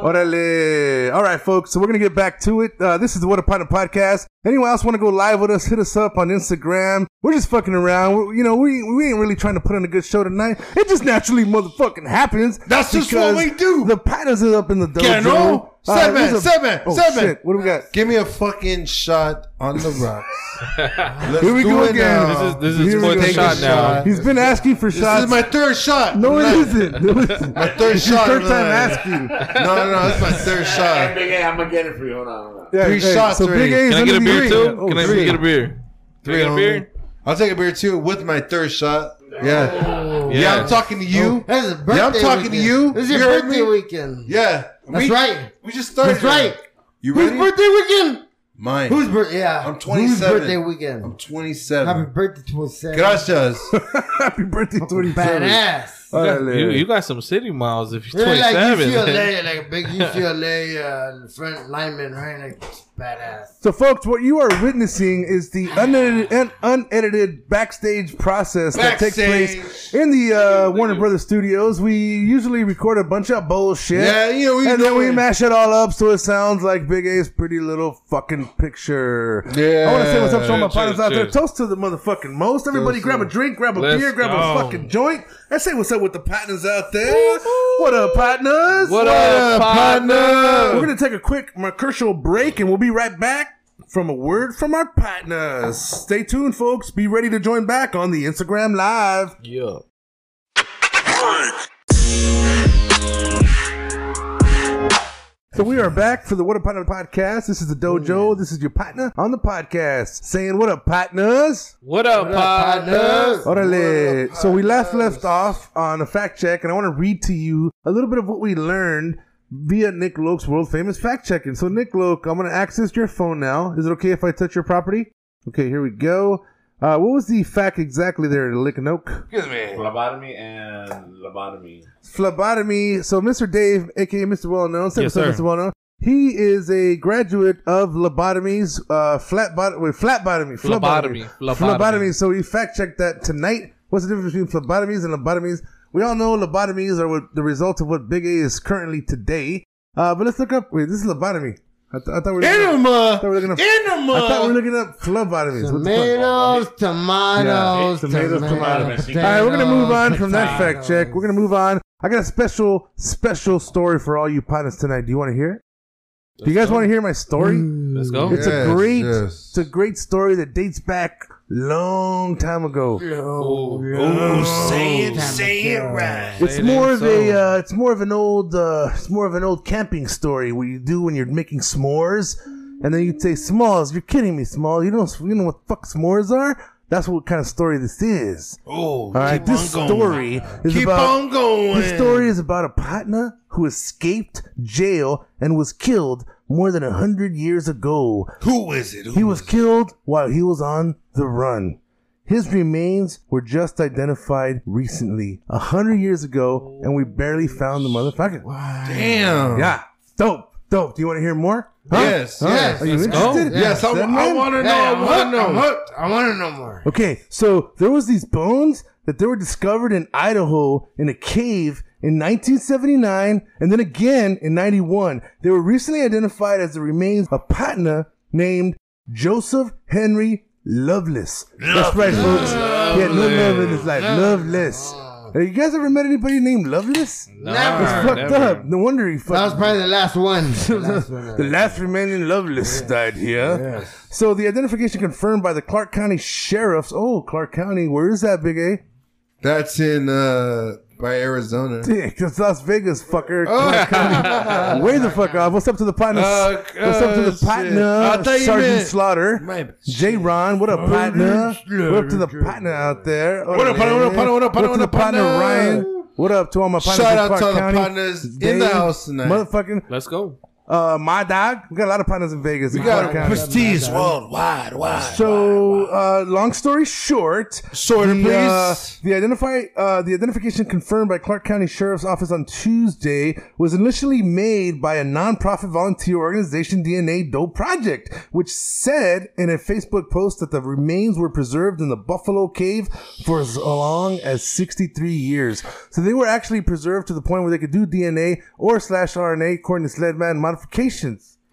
Orale. All right, folks. So we're gonna get back to it. Uh, this is the What a Partner podcast. Anyone else want to go live with us? Hit us up on Instagram. We're just fucking around. We're, you know, we we ain't really trying to put on a good show tonight. It just naturally motherfucking happens. That's just what because we do. The patterns is up in the dojo. Get no? All right, Seven, there's seven, oh, seven. Shit. What do we got? Give me a fucking shot on the <laughs> rocks. Let's Here we do go it again. now. This is- this is Here we fourth go. shot now. He's been asking for This shots. is my third shot. no, it <laughs> Nice. isn't. No, it isn't. My third It's your shot. third of time the night. <laughs> asking. No, no, no. It's my <laughs> third Hey, shot. Big A, I'm gonna get it for you. Hold on, hold on. Yeah, Three shots So already. Big A is Can I under get a the beer ring. too? Oh, Can I three. get a beer? Can I get a homie. beer? I'll take a beer too with my third shot. Oh. Yeah. Yeah, I'm talking to you. This is birthday Yeah, I'm talking to weekend. you. This is your You heard birthday me? weekend. Yeah. That's we, right. We just started. That's right. You Whose ready? birthday weekend? Mine. Whose birthday? Yeah. I'm Whose 27. birthday weekend? I'm 27. Happy birthday, <laughs> 27. Gracias. Happy birthday, 27. Badass. Órale. You, you got some city miles if you're You're like 27. <laughs> UCLA, like a <laughs> big UCLA uh, front lineman, right? Like badass. So, folks, what you are witnessing is the unedited, un- unedited backstage process that takes Backstage. place in the uh, Warner Brothers studios. We usually record a bunch of bullshit. Yeah, you know, we and then know we it. mash it all up so it sounds like Big A's pretty little fucking picture. Yeah. I want to say what's up to all my Uh, Cheers, partners out there. cheers. Toast to the motherfucking most. Everybody Toast grab to- a drink, grab a Let's beer, grab a go. fucking joint. And say what's up with the partners out there. What up, partners? What up, partner? We're going to take a quick commercial break and we'll be right back from a word from our partners. Stay tuned, folks. Be ready to join back on the Instagram Live. Yeah. So we are back for the What Up Partner podcast. This is the Oh, Dojo. This is your partner on the podcast saying, What up, partners? What up, partners? Orale. So we last left off on a fact check, and I want to read to you a little bit of what we learned via Nick Loke's world famous fact checking. So Nick Loke, I'm going to access your phone now. Is it okay if I touch your property? Okay, here we go. Uh, what was the fact exactly there, Lickanoke? Lobotomy and lobotomy. Phlebotomy. So Mr. Dave, aka Mr. Well Known, say Yes, what's up, sir. Mr. Well Known. He is a graduate of lobotomies, uh, flat bot, wait, flat bottomy, Phlebotomy, phlebotomy. phlebotomy. So we fact checked that tonight. What's the difference between phlebotomies and lobotomies? We all know lobotomies are what, the result of what Big A is currently today. Uh, but let's look up. Wait, this is lobotomy. I, th- I thought we were looking up, I thought we Enema. were looking up, I thought we were Enema. looking up phlebotomies. What the fuck? Yeah. Tomatoes, tomatoes, Tomatoes, tomatoes, tomatoes. tomatoes. All right, we're gonna move on from that fact tomatoes. check. We're gonna move on. I got a special, special story for all you partners tonight. Do you want to hear it? Do you guys want to hear my story? Mm. Let's go. It's Yes, a great, yes. it's a great story that dates back long time ago. Oh, Oh, say it, Time say to it go. right. It's It more is of a, so. uh, it's more of an old, uh, it's more of an old camping story. What you do when you're making s'mores, and then you'd say, "Smalls, you're kidding me, Smalls. You don't, you know what fuck s'mores are." That's what kind of story this is. Oh, All right, keep this on going. story is Keep about on going. This story is about a partner who escaped jail and was killed more than a hundred years ago. Who is it? Who He was killed while he was on the run. His remains were just identified recently, a hundred years ago, and we barely found the motherfucker. Damn. Yeah, dope, dope. Do you want to hear more? Yes, yes. Are you Let's go. interested? Yes, I, Send I in? want to know. Yeah, I want to I'm know. hooked. I want to know more. Okay, so there was these bones that they were discovered in Idaho in a cave in 1979 and then again in 91. They were recently identified as the remains of Patna named Joseph Henry Lovelace. That's right, folks. He had no love in his life. Loveless. Uh, You guys ever met anybody named Lovelace? It's Never. fucked up. No wonder he fucked That was probably the last one. The last one. the last uh, remaining Lovelace died here. So the identification confirmed by the Clark County Sheriff's. Oh, Clark County, where is that, Big A? That's in uh by Arizona. Dick, it's Las Vegas, <laughs> fucker. Oh, Clark County. Way the fuck off. What's up to the partner? Uh, What's up to uh, the shit. partner? I thought you Sergeant meant- Slaughter. My- J. Ron, what up, partner? Slaughter. What up to the partner out there? What up, partner? What up, partner? What up, partner? What to the What up, partner, partner? Ryan? What up to all my partners? Shout in out Clark to all the County, partners in the house tonight. Motherfucking Let's go. uh, my dog. We got a lot of partners in Vegas. We in got Clark County. prestige worldwide, wide. So, uh, long story short, Shorter, the, uh, please. the identify uh, the identification confirmed by Clark County Sheriff's Office on Tuesday was initially made by a nonprofit volunteer organization, DNA Doe Project, which said in a Facebook post that the remains were preserved in the Buffalo Cave for as long as 63 years. So they were actually preserved to the point where they could do DNA or slash RNA according to Sledman modifications.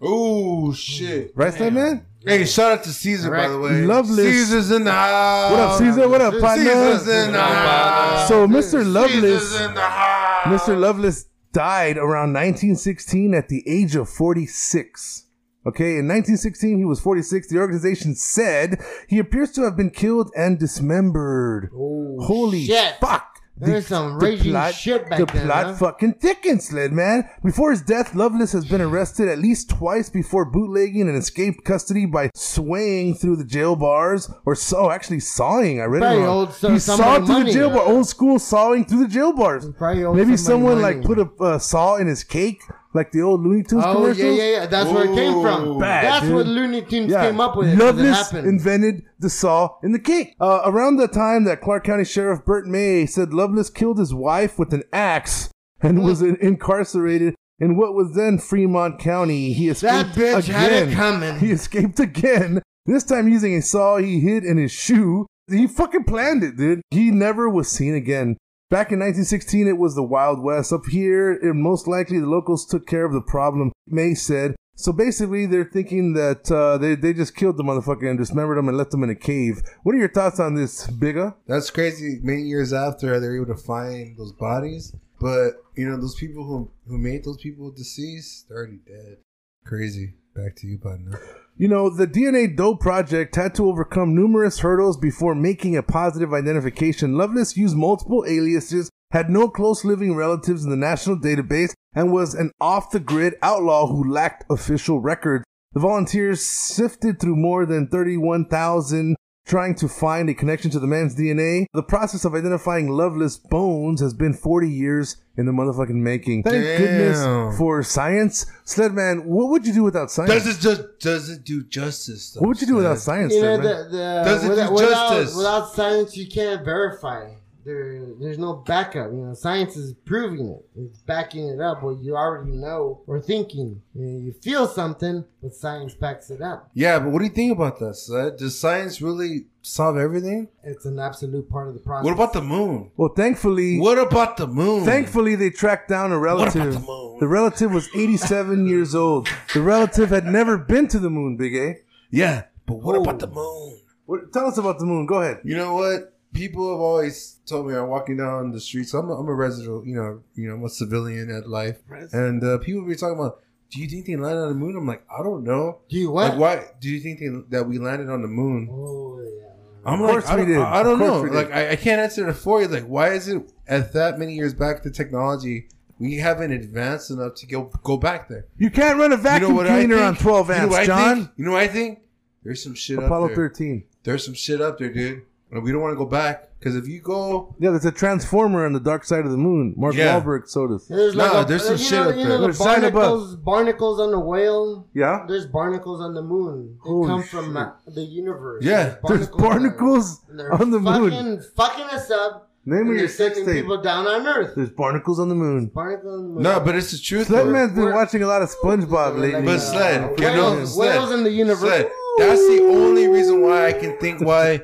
oh shit! Right, Sledman? Hey, shout out to Caesar by the way. Lovely. Caesar's in the house. What up, Caesar? What up, partner? Caesar's in uh, the house. So Mr. Lovelace, He's in the house. Mr. Lovelace died around 1916 at the age of 46. Okay, in 1916 he was 46. The organization said he appears to have been killed and dismembered. Holy Oh, shit. fuck! There was some raging shit back the then, plot huh? fucking thickens, Sled man. Before his death, Lovelace has been arrested at least twice before bootlegging and escaped custody by swaying through the jail bars, or so actually sawing. I read Probably it wrong. owed some- he somebody sawed through the money. jail bar, old school sawing through the jail bars. probably owed Maybe somebody someone money. like put a uh, saw in his cake, like the old Looney Tunes Oh commercials. yeah, yeah, yeah. That's where it came from. Ooh. Bad, That's dude. what Looney Tunes Yeah. came up with. It, 'cause it Loveless happened. invented the saw in the cake. Uh, around the time that Clark County Sheriff Bert May said Loveless killed his wife with an axe and was in- incarcerated in what was then Fremont County, he escaped bitch had it again. coming. He escaped again. This time using a saw he hid in his shoe. He fucking planned it, dude. He never was seen again. Back in 1916, it was the Wild West. Up here, it most likely the locals took care of the problem, May said. So basically, they're thinking that uh, they, they just killed the motherfucker and dismembered him and left him in a cave. What are your thoughts on this, Bigga? That's crazy. Many years after, they're able to find those bodies, but you know those people who who made those people deceased, they're already dead. Crazy. Back to you, partner. You know, the DNA Doe project had to overcome numerous hurdles before making a positive identification. Lovelace used multiple aliases, had no close living relatives in the national database, and was an off the grid outlaw who lacked official records. The volunteers sifted through more than 31,000 trying to find a connection to the man's DNA. The process of identifying Lovelace bones has been 40 years in the motherfucking making. Thank Damn. goodness for science. Sledman, what would you do without science? Does it just does it do justice? Though, What would you do without Stan? science? you know, then, the, man? the, Does it without, do justice? Without, without science, you can't verify. There, there's no backup. You know, science is proving it. It's backing it up. What you already know or thinking. You, know, you feel something, but science backs it up. Yeah, but what do you think about that, Sled? Does science really solve everything? It's an absolute part of the process. What about the moon? well, thankfully, What about the moon? thankfully they tracked down a relative. the moon? relative was 87 years old. The relative had never been to the moon. Big A. Yeah, but what about the Oh. moon? What, tell us about the moon. Go ahead. You know what? People have always told me I'm walking down the streets. I'm a, I'm a resident, you know, you know, I'm a civilian at life, and uh, people be talking about. Do you think they landed on the moon? I'm like, I don't know. Do you what? Like, why do you think they, that we landed on the moon? Oh yeah. I'm Of like, course I we don't, did. I, I don't Of course know. we did. Like, I, I can't answer it for you. Like, why is it at that many years back the technology we haven't advanced enough to go go back there? You can't run a vacuum cleaner on 12 amps, you know what I John. Think? You know what I think? There's some shit Apollo up there. 13. There's some shit up there, dude. And we don't want to go back because if you go, Yeah, there's a transformer on the dark side of the moon. Mark Yeah. Wahlberg sodas. There's like Nah, a, there's some you shit know, you up there. Know, There's the sand above. barnacles, barnacles on the whale. Yeah. There's barnacles on the moon. They Holy come from shit. uh, the universe. Yeah, There's barnacles there. And they're on the moon. fucking, Fucking us up. Name and of they're your sex sending tape. people down on Earth. There's barnacles on the moon. Barnacles on the moon. no, but it's the truth. That though. man's been We're- watching a lot of SpongeBob lately. But Yeah. Sled, you know, uh, Whales- Sled, whales in the universe. Sled, that's the only reason why I can think why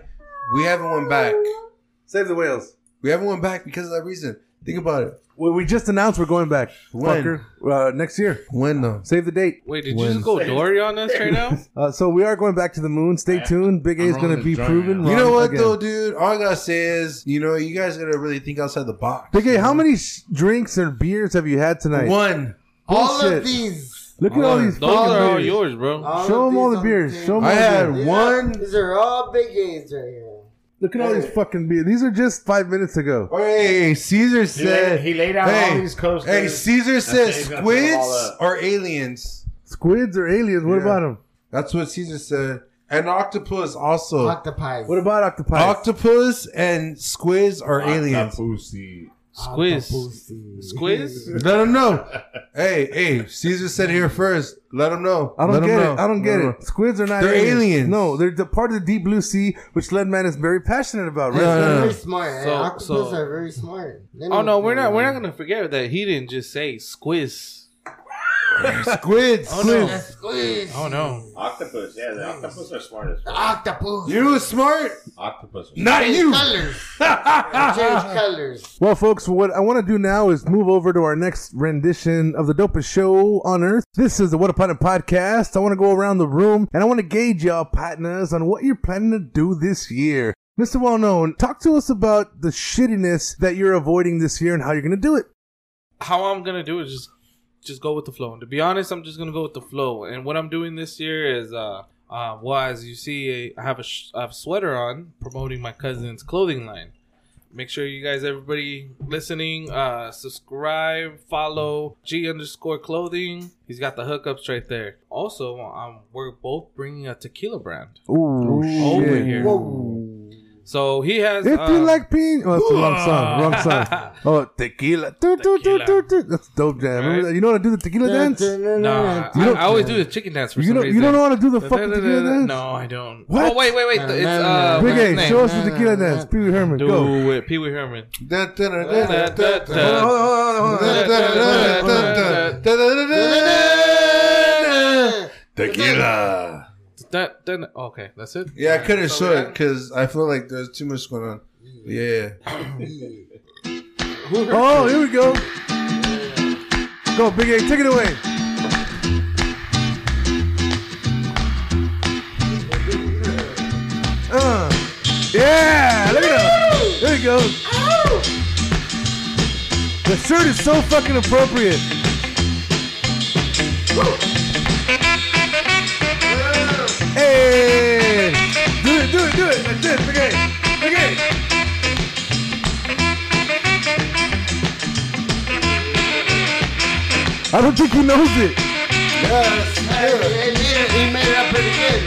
we haven't went back. Save the whales. We haven't went back because of that reason. Think about it. Well, we just announced we're going back. When? Fucker. Uh, next year. When though? Save the date. Wait, did you just go Dory on us right now? Uh, so we are going back to the moon. Stay tuned. Big A is going to be proven. You wrong know what again. though, dude? All I gotta say is, you know, you guys gotta really think outside the box. Big A, how many sh- drinks or beers have you had tonight? One. all Bullshit. of these. Look at all these. Those fucking are all beers. yours, bro. all Show of 'em all these the on beers. thing. Show 'em I all the had beers. These are- one. These are all big A's right here. Look at all these fucking beers. These are just five minutes ago. Hey, He Caesar laid, said. he laid out all these coasters. hey, Caesar said said he's gonna put them all squids up. are aliens. Squids or aliens? What Yeah. about them? That's what Caesar said. And octopus also. Octopi. What about octopi? Octopus and squids are aliens. Octopussy. Squiz. Octopussy. Squiz? Let him know. hey, hey, Caesar said here first. Let him know. I don't Let 'em get know. it. I don't get Let 'em it. <laughs> Squids are not. They're aliens. No, they're the part of the deep blue sea, which Leadman is very passionate about. Right? No, no, Very no. smart. So- eh? Octopus so- are very smart. They know Oh no, we're what not. We're they're not gonna forget that he didn't just say squiz. Squids. Oh squids. no. doing. Squeeze. Oh no. Octopus, yeah, the octopus are smart as fuck. Octopus. You was smart? Octopus. are Not Change you. <laughs> colors. Change colors. Well, folks, what I want to do now is move over to our next rendition of the dopest show on earth. This is the What a Planet podcast. I want to go around the room and I want to gauge y'all partners on what you're planning to do this year. Mr. Well Known, talk to us about the shittiness that you're avoiding this year and how you're going to do it. How I'm gonna do is just just go with the flow. And to be honest, I'm just gonna go with the flow. And what I'm doing this year is uh. Uh, well, as you see, I have a, sh- I have a sweater on promoting my cousin's clothing line. Make sure you guys, everybody listening, uh, subscribe, follow G underscore clothing. He's got the hookups right there. Also, um, we're both bringing a tequila brand. Ooh, Oh, over shit. here. So he has. If you uh, like being, oh, that's the wrong song. Wrong <laughs> song. Oh, tequila. Do, do, do, do, do. That's dope jam. Remember Right. that? You know how to do the tequila dance? You Nah, I, don't- I always do the chicken dance for some don't. reason. You don't know how to do the Da- fucking da- da- tequila da- dance? No, I don't. What? Oh wait, wait, wait. It's uh, Big what's his A, name? show us the tequila dance. Pee Wee Herman, Do go. it, Pee Wee Herman. Da- da- da- Da- da- da- da- da- da- da. da- da- da- da- da- da- da- da- Tequila. Da- da- da- Okay, that's it. Yeah, I couldn't show it because I feel like there's too much going on. Yeah. Oh, here we go. Go, Big A, take it away. Uh, yeah, look at him. There he goes. The shirt is so fucking appropriate. Hey, do it, do it, do it. Like this, Big A, Big A. I don't think he knows it. Hey, he made it- He made it up pretty good.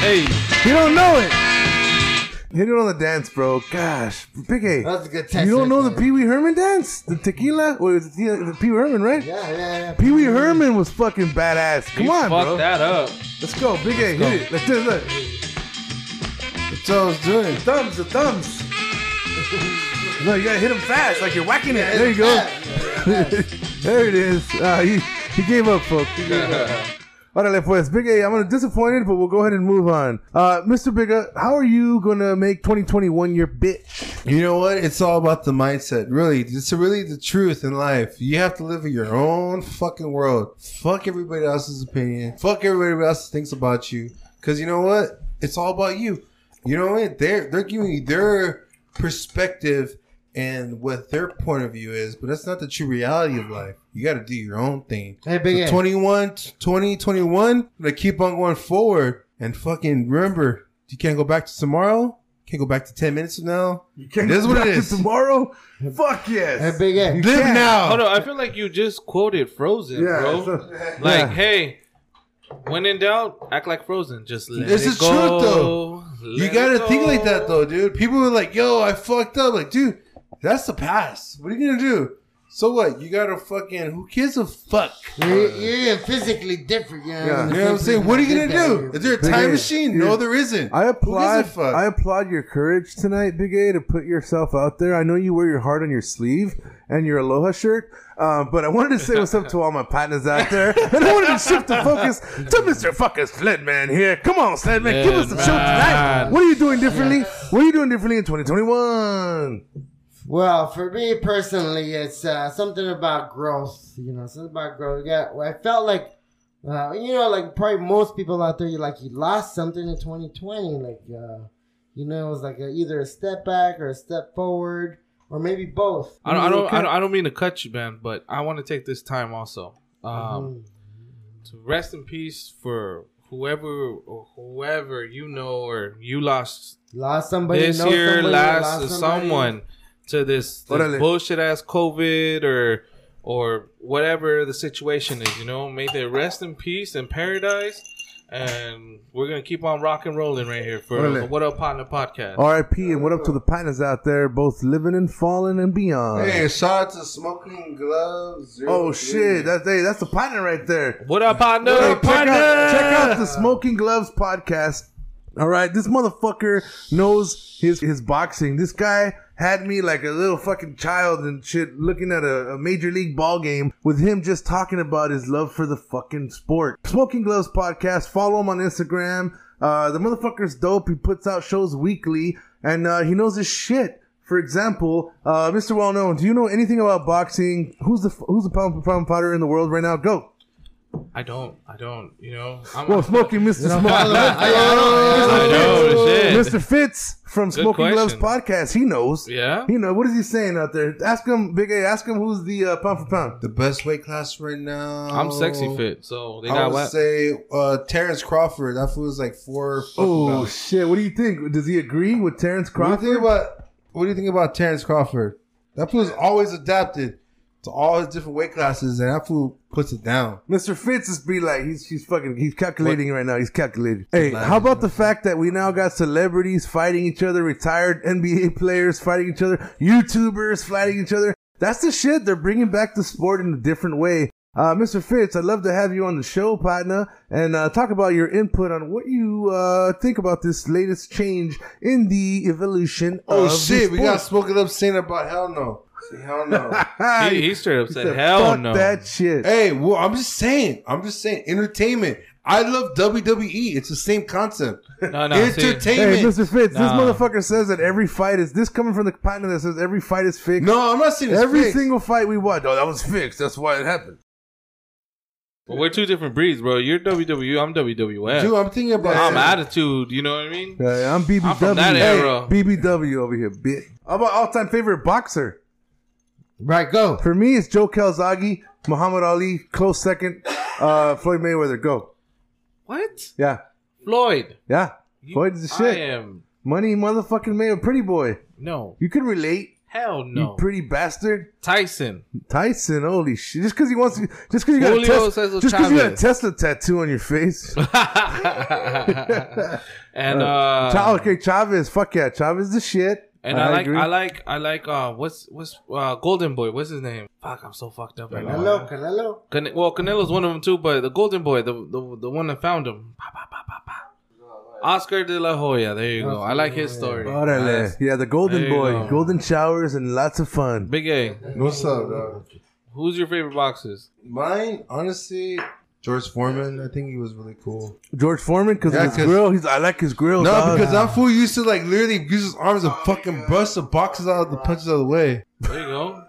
Hey, You don't know it. Hit it on the dance, bro. Gosh, Big A. That's a good test. You don't know the people. Pee Wee Herman dance? The tequila? Or is it the the Pee Wee Herman, right? Yeah, yeah, yeah. Pee Wee Herman was fucking badass. Come you on, fucked bro. that up. Let's go, Big A. go. Hit it. Let's do it. Look. That's all I was doing. Thumbs, the <laughs> thumbs. no, you gotta hit him fast, like you're whacking it. There you go. <laughs> there it is. Ah, he, he gave up, folks. He gave up. <laughs> Órale, pues, Big A, I'm gonna disappointed, but we'll go ahead and move on. Uh, Mr. Big A, how are you gonna make 2021 your bitch? You know what? It's all about the mindset. Really, it's really the truth in life. You have to live in your own fucking world. Fuck everybody else's opinion. Fuck everybody else that thinks about you. Cause you know what? It's all about you. You know what? They're they're giving you their perspective and what their point of view is, but that's not the true reality of life. You got to do your own thing. Hey, Big So A. 21, 20, 21, I'm gonna keep on going forward and fucking remember, you can't go back to tomorrow. Can't go back to 10 minutes from now. You can't it is what it is. Tomorrow? Fuck yes. Hey, Big A. Live now. Hold on, I feel like you just quoted Frozen, Yeah, bro. so- Like, yeah. hey, when in doubt, act like Frozen. Just let This it is go. truth, though. You Let gotta it think go. like that though, dude. People were like, yo, I fucked up. Like, dude, that's the past. What are you gonna do? So what? You gotta fucking who gives a fuck? You're, you're physically different. You know, Yeah. You know what I'm saying? What are you gonna do? Is there a time machine? No, there isn't. I Who applaud. gives a fuck? I applaud your courage tonight, Big A, to put yourself out there. I know you wear your heart on your sleeve and your aloha shirt, uh, but I wanted to say what's up to all my partners out <laughs> there, and I wanted to shift the focus to Mr. Fucking Sledman here. Come on, Sledman, give us the show tonight. What are you doing differently? What are you doing differently in 2021? Well, for me personally, it's uh, something about growth. You know, something about growth. Yeah, I felt like, uh, you know, like probably most people out there, you like you lost something in 2020. Like, uh, you know, it was like a, either a step back or a step forward, or maybe both. I don't, I don't, I don't, I don't mean to cut you, man, but I want to take this time also. Um, to rest in peace for whoever or whoever you know or you lost Lost somebody. this know year, somebody, last somebody. someone to this, Órale. this bullshit ass COVID or or whatever the situation is. You know, may they rest in peace in paradise. and we're gonna keep on rock and rolling right here for Roll the it. What Up Partner podcast. R.I.P. and what up to the partners out there, both living and falling and beyond. Hey, shout out to Smoking Gloves. Zero Oh Three. shit! That's hey, that's the partner right there. What up, partner? Hey, check, out, check out the Smoking Gloves podcast. All right, this motherfucker knows his his boxing. This guy had me like a little fucking child and shit, looking at a, a major league ball game with him just talking about his love for the fucking sport. Smoking Gloves podcast. Follow him on Instagram. Uh, the motherfucker's dope. He puts out shows weekly, and uh, he knows his shit. For example, uh, Mr. Well Known, do you know anything about boxing? Who's the f- who's the pound for pound fighter in the world right now? Go. I don't. I don't. You know. I'm, Well, smoking Mr. Smoking <laughs> know, Gloves. shit. Mr. Fitz from Good Smoking Gloves question. podcast. He knows. Yeah? He know. What is he saying out there? Ask him, Big A. Ask him who's the uh, pound for pound. The best weight class right now. I'm sexy fit, Oh, so they I got would what? say uh, Terrence Crawford. That fool was like four. Oh shit! What do you think? Does he agree with Terrence What Crawford? do you think about what do you think about Terrence Crawford? That fool's always adapted to all his different weight classes, and that fool puts it down. Mr. Fitz is be like he's he's fucking he's calculating right now. He's calculating. Hey, how about the fact that we now got celebrities fighting each other, retired NBA players fighting each other, YouTubers fighting each other? That's the shit. They're bringing back the sport in a different way. Uh, Mr. Fitz, I'd love to have you on the show, partner, and uh, talk about your input on what you uh, think about this latest change in the evolution. Oh of the shit, we sport. got smoking up saying about hell no. See, hell <laughs> no. He, he straight up He said, "Hell "Fuck no." that shit." hey, well, I'm just saying. I'm just saying. Entertainment. I love WWE. It's the same concept. <laughs> No, no. See, Entertainment. Hey, Mr. Fitz, this Nah. motherfucker says that every fight is this coming from the partner that says every fight is fixed. No, I'm not saying it's every fixed. single fight we watch, oh, that was fixed. That's why it happened. but we're two different breeds, bro. You're WWE. I'm WWF. Dude, I'm thinking about. I'm attitude. You know what I mean? Yeah, I'm BBW. I'm from that Hey, era. BBW over here, bitch. How about all-time favorite boxer? Right, go. For me, it's Joe Calzaghe, Muhammad Ali, close second. Uh, Floyd Mayweather, go. What? Yeah, Floyd. yeah. You- Floyd's the I shit. am. Money, motherfucking Mayweather, pretty boy. No. You can relate, Hell you no. pretty bastard. <laughs> Tyson. <laughs> Tyson, holy shit! Just because he wants, to, just because you got a Julio Tesla, Cesar just 'cause you got a Chavez. Tesla tattoo on your face. and uh, Cha- okay, Chavez, fuck yeah, Chavez the shit. And I, like agree. I like I like uh what's what's uh Golden Boy what's his name fuck I'm so fucked up right now Canelo, Canelo. Can- well Canelo's one of them too but the Golden Boy the the, the one that found him Pa, pa, pa, pa, pa. Oscar De La Hoya there you go I like his story Órale. Nice. yeah, the golden There you boy, go. golden showers and lots of fun. Big A What's up, dog? who's your favorite boxers Mine, honestly, George Foreman. I think he was really cool. George Foreman because Yeah, of his 'cause- grill. He's I like his grill. No, dog. because uh, that fool used to like literally use his arms and fucking bust the boxes out of the punches out of the way. there you go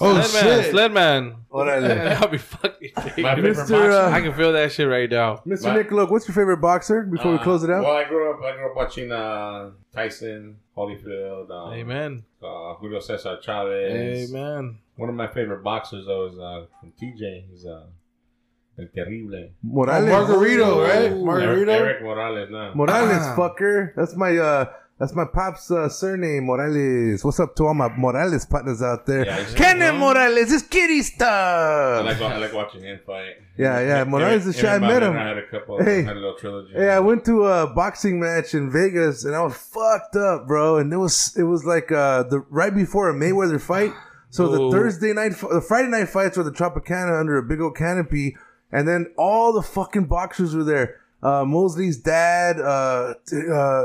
Oh Sledman shit! Sledman Órale. <laughs> I'll be fucking My favorite Mr., boxer. uh, I can feel that shit right now Mr. Right. Nick, look, what's your favorite boxer before we Uh, close it out? Well, I grew up. I grew up watching uh, Tyson, Holyfield, um, Amen uh, Julio Cesar Chavez. Amen One of my favorite boxers though is uh, from TJ. He's uh, El Terrible. Morales, Oh, Margarito, right? Eric, Margarito. Eric Morales. Nah. Morales, Ah. fucker. That's my uh, that's my pop's uh, surname, Morales. What's up to all my Morales partners out there? Yeah, he's- Kenan Morales, it's kitty I stuff. like, I like watching him fight. Yeah, yeah, Him- Morales him- is shy, I and met Bobby him. and I had a couple. Hey. had a little trilogy. Hey, I went to a boxing match in Vegas and I was fucked up, bro. And it was it was like uh the right before a Mayweather fight. So the Whoa. Thursday night, f- the Friday night fights were the Tropicana under a big old canopy, and then all the fucking boxers were there. Uh, Mosley's dad, uh, t- uh,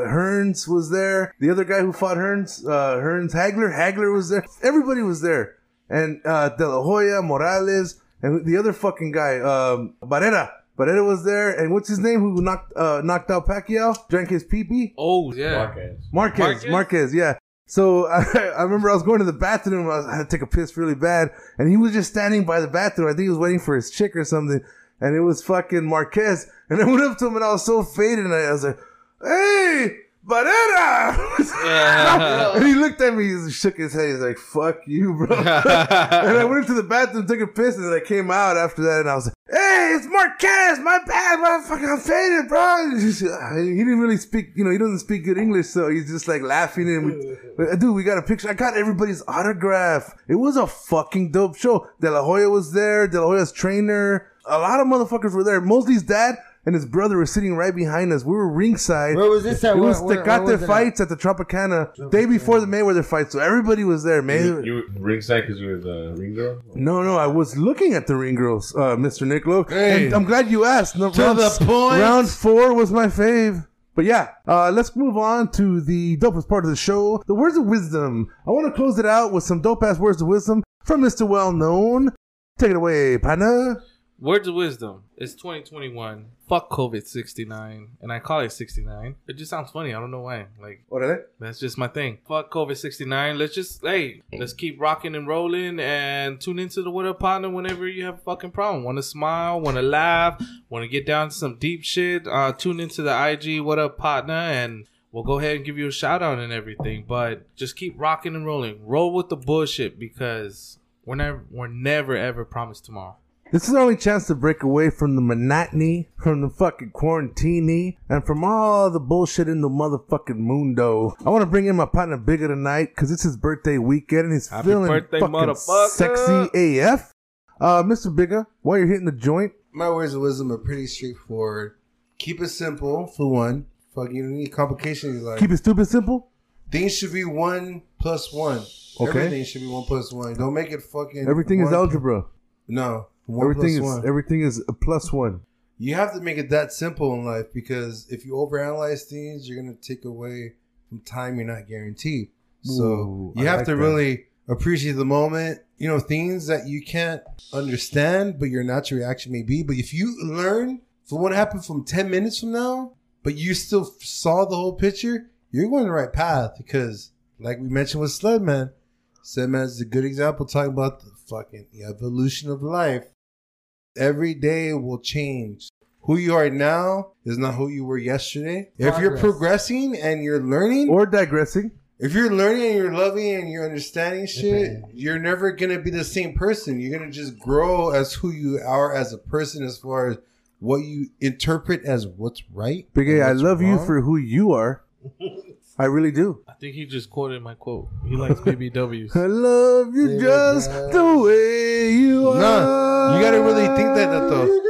Hearns was there. The other guy who fought Hearns, uh, Hearns Hagler, Hagler was there. Everybody was there, and uh, De La Hoya, Morales, and the other fucking guy, um, Barrera. Barrera was there, and what's his name? Who knocked uh, knocked out Pacquiao? Drank his pee pee. oh yeah Marquez. Marquez, Marquez, Marquez? yeah. So <laughs> I, I remember I was going to the bathroom. I, was, I had to take a piss really bad, and he was just standing by the bathroom. I think he was waiting for his chick or something, and it was fucking Marquez. And I went up to him, and I was so faded, and I, I was like, "Hey, Barrera!" <laughs> Yeah. and he looked at me, he shook his head. He's like, "Fuck you, <laughs> bro." and I went into the bathroom, took a piss, and then I came out after that, and I was like, "Hey, it's Marquez. My bad, motherfucker. I'm faded, bro." <laughs> And he's- He didn't really speak, you know, he doesn't speak good English, so he's just like laughing. And we, uh, dude, we got a picture. I got everybody's autograph. It was a fucking dope show. De La Hoya was there. De La Hoya's trainer. A lot of motherfuckers were there. Mosley's dad. and his brother were sitting right behind us. We were ringside. Where was this at? It Where- was where- the where got their was it at? fights at the Tropicana day before the Mayweather fight, so everybody was there. You, Mayweather. you were ringside because you were the ring girl. No, no, I was looking at the ring girls, uh, Mr. Niccolo. Hey. And I'm glad you asked. No, To the point. Round four was my fave. But yeah, uh, let's move on to the dopest part of the show, the words of wisdom. I want to close it out with some dope ass words of wisdom from Mr. Well Known. Take it away, partner. Words of wisdom. It's 2021. Fuck COVID 69. And I call it 69. It just sounds funny. I don't know why. Like, Orale. that's just my thing. Fuck COVID 69. Let's just, hey, let's keep rocking and rolling and tune into the What Up Partner whenever you have a fucking problem. Want to smile, want to laugh, want to get down to some deep shit. Uh, tune into the IG What Up Partner and we'll go ahead and give you a shout out and everything. But just keep rocking and rolling. Roll with the bullshit because we're never, we're never ever promised tomorrow. This is our only chance to break away from the monotony, from the fucking quarantine, and from all the bullshit in the motherfucking mundo. I want to bring in my partner Bigger tonight because it's his birthday weekend and he's Happy feeling birthday, fucking motherfucker. sexy AF. Uh, Mr. Bigger, while you're hitting the joint, My words of wisdom are pretty straightforward. Keep it simple for one. Fuck, you don't need complications in your life. keep it stupid simple. Things should be one plus one. Okay. Everything should be one plus one. Don't make it fucking. Everything is one- algebra. No. One Everything is plus one. everything is a plus <laughs> one. you have to make it that simple in life because if you overanalyze things, you're gonna take away from time you're not guaranteed. So Ooh, you I have like to that. really appreciate the moment. You know things that you can't understand, but your natural reaction may be. But if you learn from what happened from ten minutes from now, but you still f- saw the whole picture, you're going the right path because, like we mentioned with Sledman, Sledman is a good example talking about the fucking evolution of life. Every day will change who you are now is not who you were yesterday. If you're Progress. progressing and you're learning, Or digressing. if you're learning and you're loving and you're understanding shit, you're never gonna be the same person. You're gonna just grow as who you are as a person, as far as what you interpret as what's right. Big and A, I what's love you wrong. for who you <laughs> are. I really do. I think he just quoted my quote. He likes BBWs. I love you Yeah, just guys. the way you are. Nah, you gotta really think that, that though.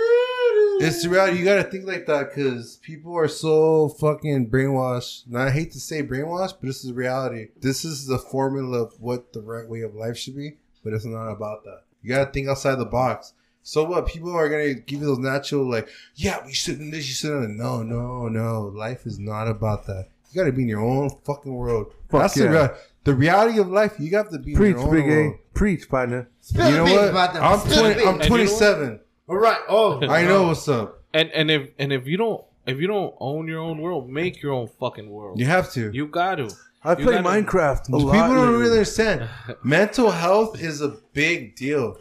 It's the reality. You gotta think like that because people are so fucking brainwashed. And I hate to say brainwashed, but this is reality. This is the formula of what the right way of life should be, but it's not about that. You gotta think outside the box. So what? People are gonna give you those natural like, yeah, we shouldn't this, you shouldn't. that. No, no, no. Life is not about that. You gotta be in your own fucking world. Fuck That's the yeah. real, the reality of life. You have to be Preach, in your own Big world. A. Preach, partner. Spill You know the beans what? about them. I'm Spill the 20, I'm beans. you know what? 27. All right. Oh, I Uh-huh. know what's up. And and if and if you don't if you don't own your own world, make your own fucking world. You have to. You got to. I You play gotta- Minecraft a People lot. don't lately. <laughs> really understand. Mental health is a big deal. Hmm.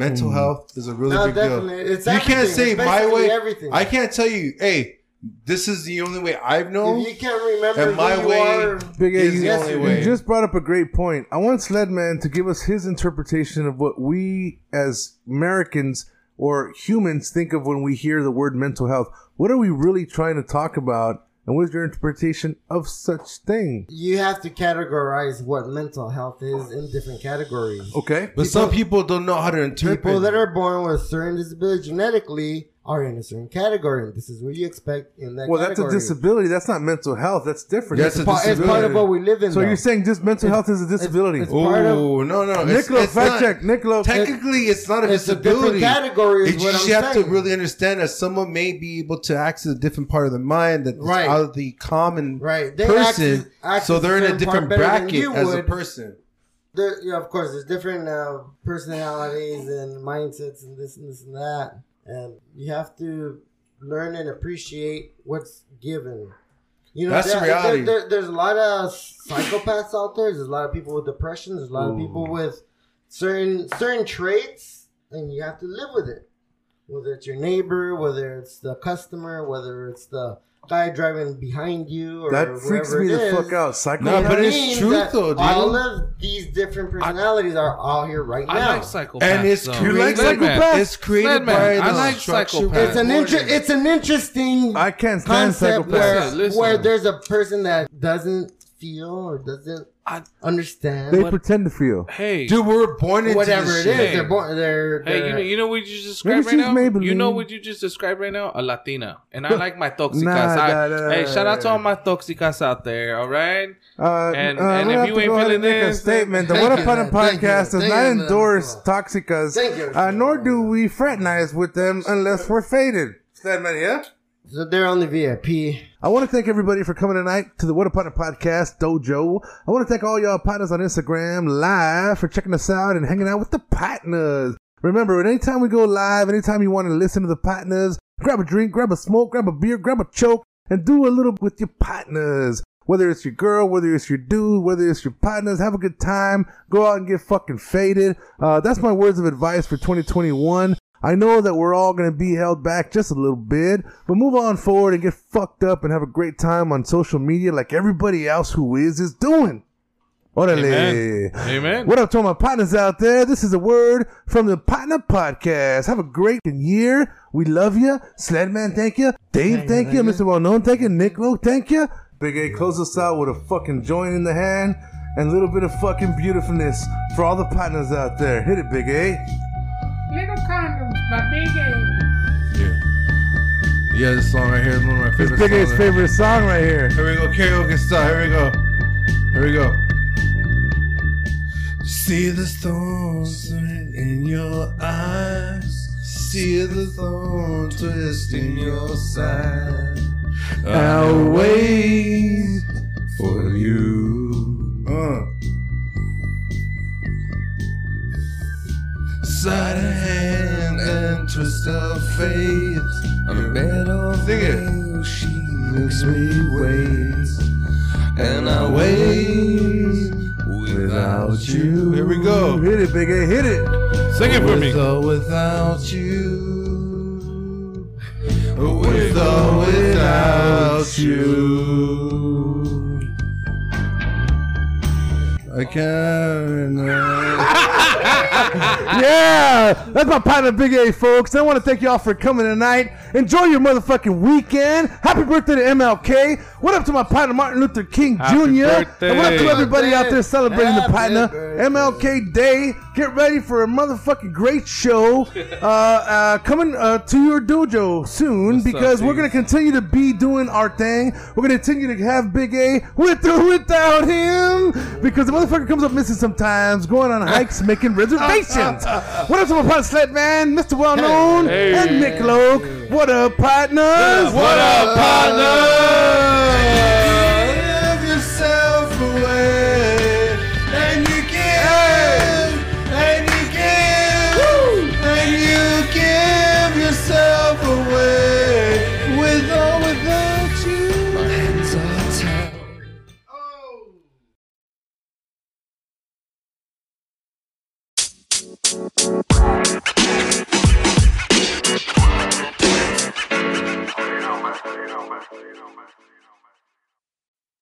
Mental health is a really No, big definitely. deal. It's you can't everything. say It's my basically way. everything. I can't tell you, hey, this is the only way I've known. If you can't remember And my who you way- are, Big A, is you, the only you way. just brought up a great point. I want Sledman to give us his interpretation of what we as Americans or humans think of when we hear the word mental health. What are we really trying to talk about? And what is your interpretation of such thing? you have to categorize what mental health is in different categories. Okay. but some people don't know how to interpret. People that are born with certain disability genetically are in a certain category, and this is what you expect in that Well, that's a category. disability. That's not mental health. That's different. That's That's a Pa- It's part of what we live in. so though. you're saying just mental health is a disability? it's- oh part of- no, no, it's, Niccolo, it's fact not- check. Niccolo, Technically, it's not a It's a disability. different category is It's what just I'm you have to saying. really understand that someone may be able to access a different part of the mind that's Right. out of the common Right. They person. access- access so they're in a certain part different better than bracket you as a would. person. There, yeah, of course, there's different uh, personalities and mindsets and this and this and that, and you have to learn and appreciate what's given. You know, That's the there- reality. there- there- there's a lot of psychopaths out there. There's a lot of people with depression. There's a lot of people with certain certain traits, and you have to live with it. Whether it's your neighbor, whether it's the customer, whether it's the guy driving behind you, or that freaks whoever me it the is. fuck out. Psycho. No, but I it's mean? true That though, dude. All of these different personalities are all here right I now. like psychopaths. And it's though. created, Sledman. It's created Sledman, by the I like structure. psychopaths. it's an inter- It's an interesting I can't stand concept psychopaths. where, Listen, listen. where there's a person that doesn't feel or doesn't understand. They pretend to feel. Hey, dude, we're born into whatever this it is, shit. they're born. They're, Hey, you know, they're- you know what you just described right she's now? You know Maybelline. what you just described right now? A Latina. And I like my toxicas. <laughs> Nah, I- nah, nah, hey, nah, shout out nah. to all my toxicas out there, all right? Uh, And- uh, and I'm if gonna you have to ain't go ahead feeling and make a this, statement. The thank What you, Upon a man. Thank you. Podcast does Thank you, not man. endorse toxicas, Thank you. uh, nor do we fraternize with them unless we're faded. Statement here. so they're on the VIP. I want to thank everybody for coming tonight to the What a Partner Podcast Dojo. I want to thank all y'all partners on Instagram live for checking us out and hanging out with the partners. Remember, anytime we go live, anytime you want to listen to the partners, grab a drink, grab a smoke, grab a beer, grab a choke, and do a little with your partners. Whether it's your girl, whether it's your dude, whether it's your partners, have a good time. Go out and get fucking faded. Uh, that's my words of advice for 2021. I know that we're all going to be held back just a little bit, but move on forward and get fucked up and have a great time on social media like everybody else who is is doing. Orale. Amen. Amen. What up to all my partners out there? This is a word from the Partner Podcast. Have a great year. We love you. Sledman, thank you. Dave, thank, you. Mr. Well Known, thank you. Nick Lowe, thank you. Big A, close us out with a fucking joint in the hand and a little bit of fucking beautifulness for all the partners out there. Hit it, Big A. Little condoms by Big A. Yeah, this song right here is one of my It's favorite. Big songs. A's favorite song right here. Here we go, karaoke style. Here we go. Here we go. See the thorns in your eyes. See the thorn twist in your side. I'll wait for you. Uh. Side of hand and twist of fate. I'm better Sing it. She makes me wait. And I wait without you. Here we go. Hit it, Big A, hit it. Sing it for me. With or without you. With or without you. I can't. <laughs> Yeah, that's my partner, Big A, folks. I want to thank y'all for coming tonight. Enjoy your motherfucking weekend. Happy birthday to MLK. What up to my partner, Martin Luther King Jr. birthday. And what up to everybody out there celebrating the Happy partner. birthday. MLK Day. Get ready for a motherfucking great show uh, uh, coming uh, to your dojo soon because we're going to continue to be doing our thing. We're going to continue to have Big A with or without him because the motherfucker comes up missing sometimes, going on hikes, making reservations. what up to my partner, Sled Man, Mr. Well Known, and Nick Loke. What up, partners? What up, partner? Give yourself away. And you give. And you give. And you give yourself away. With or without you. My hands are tied.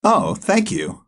Oh, thank you.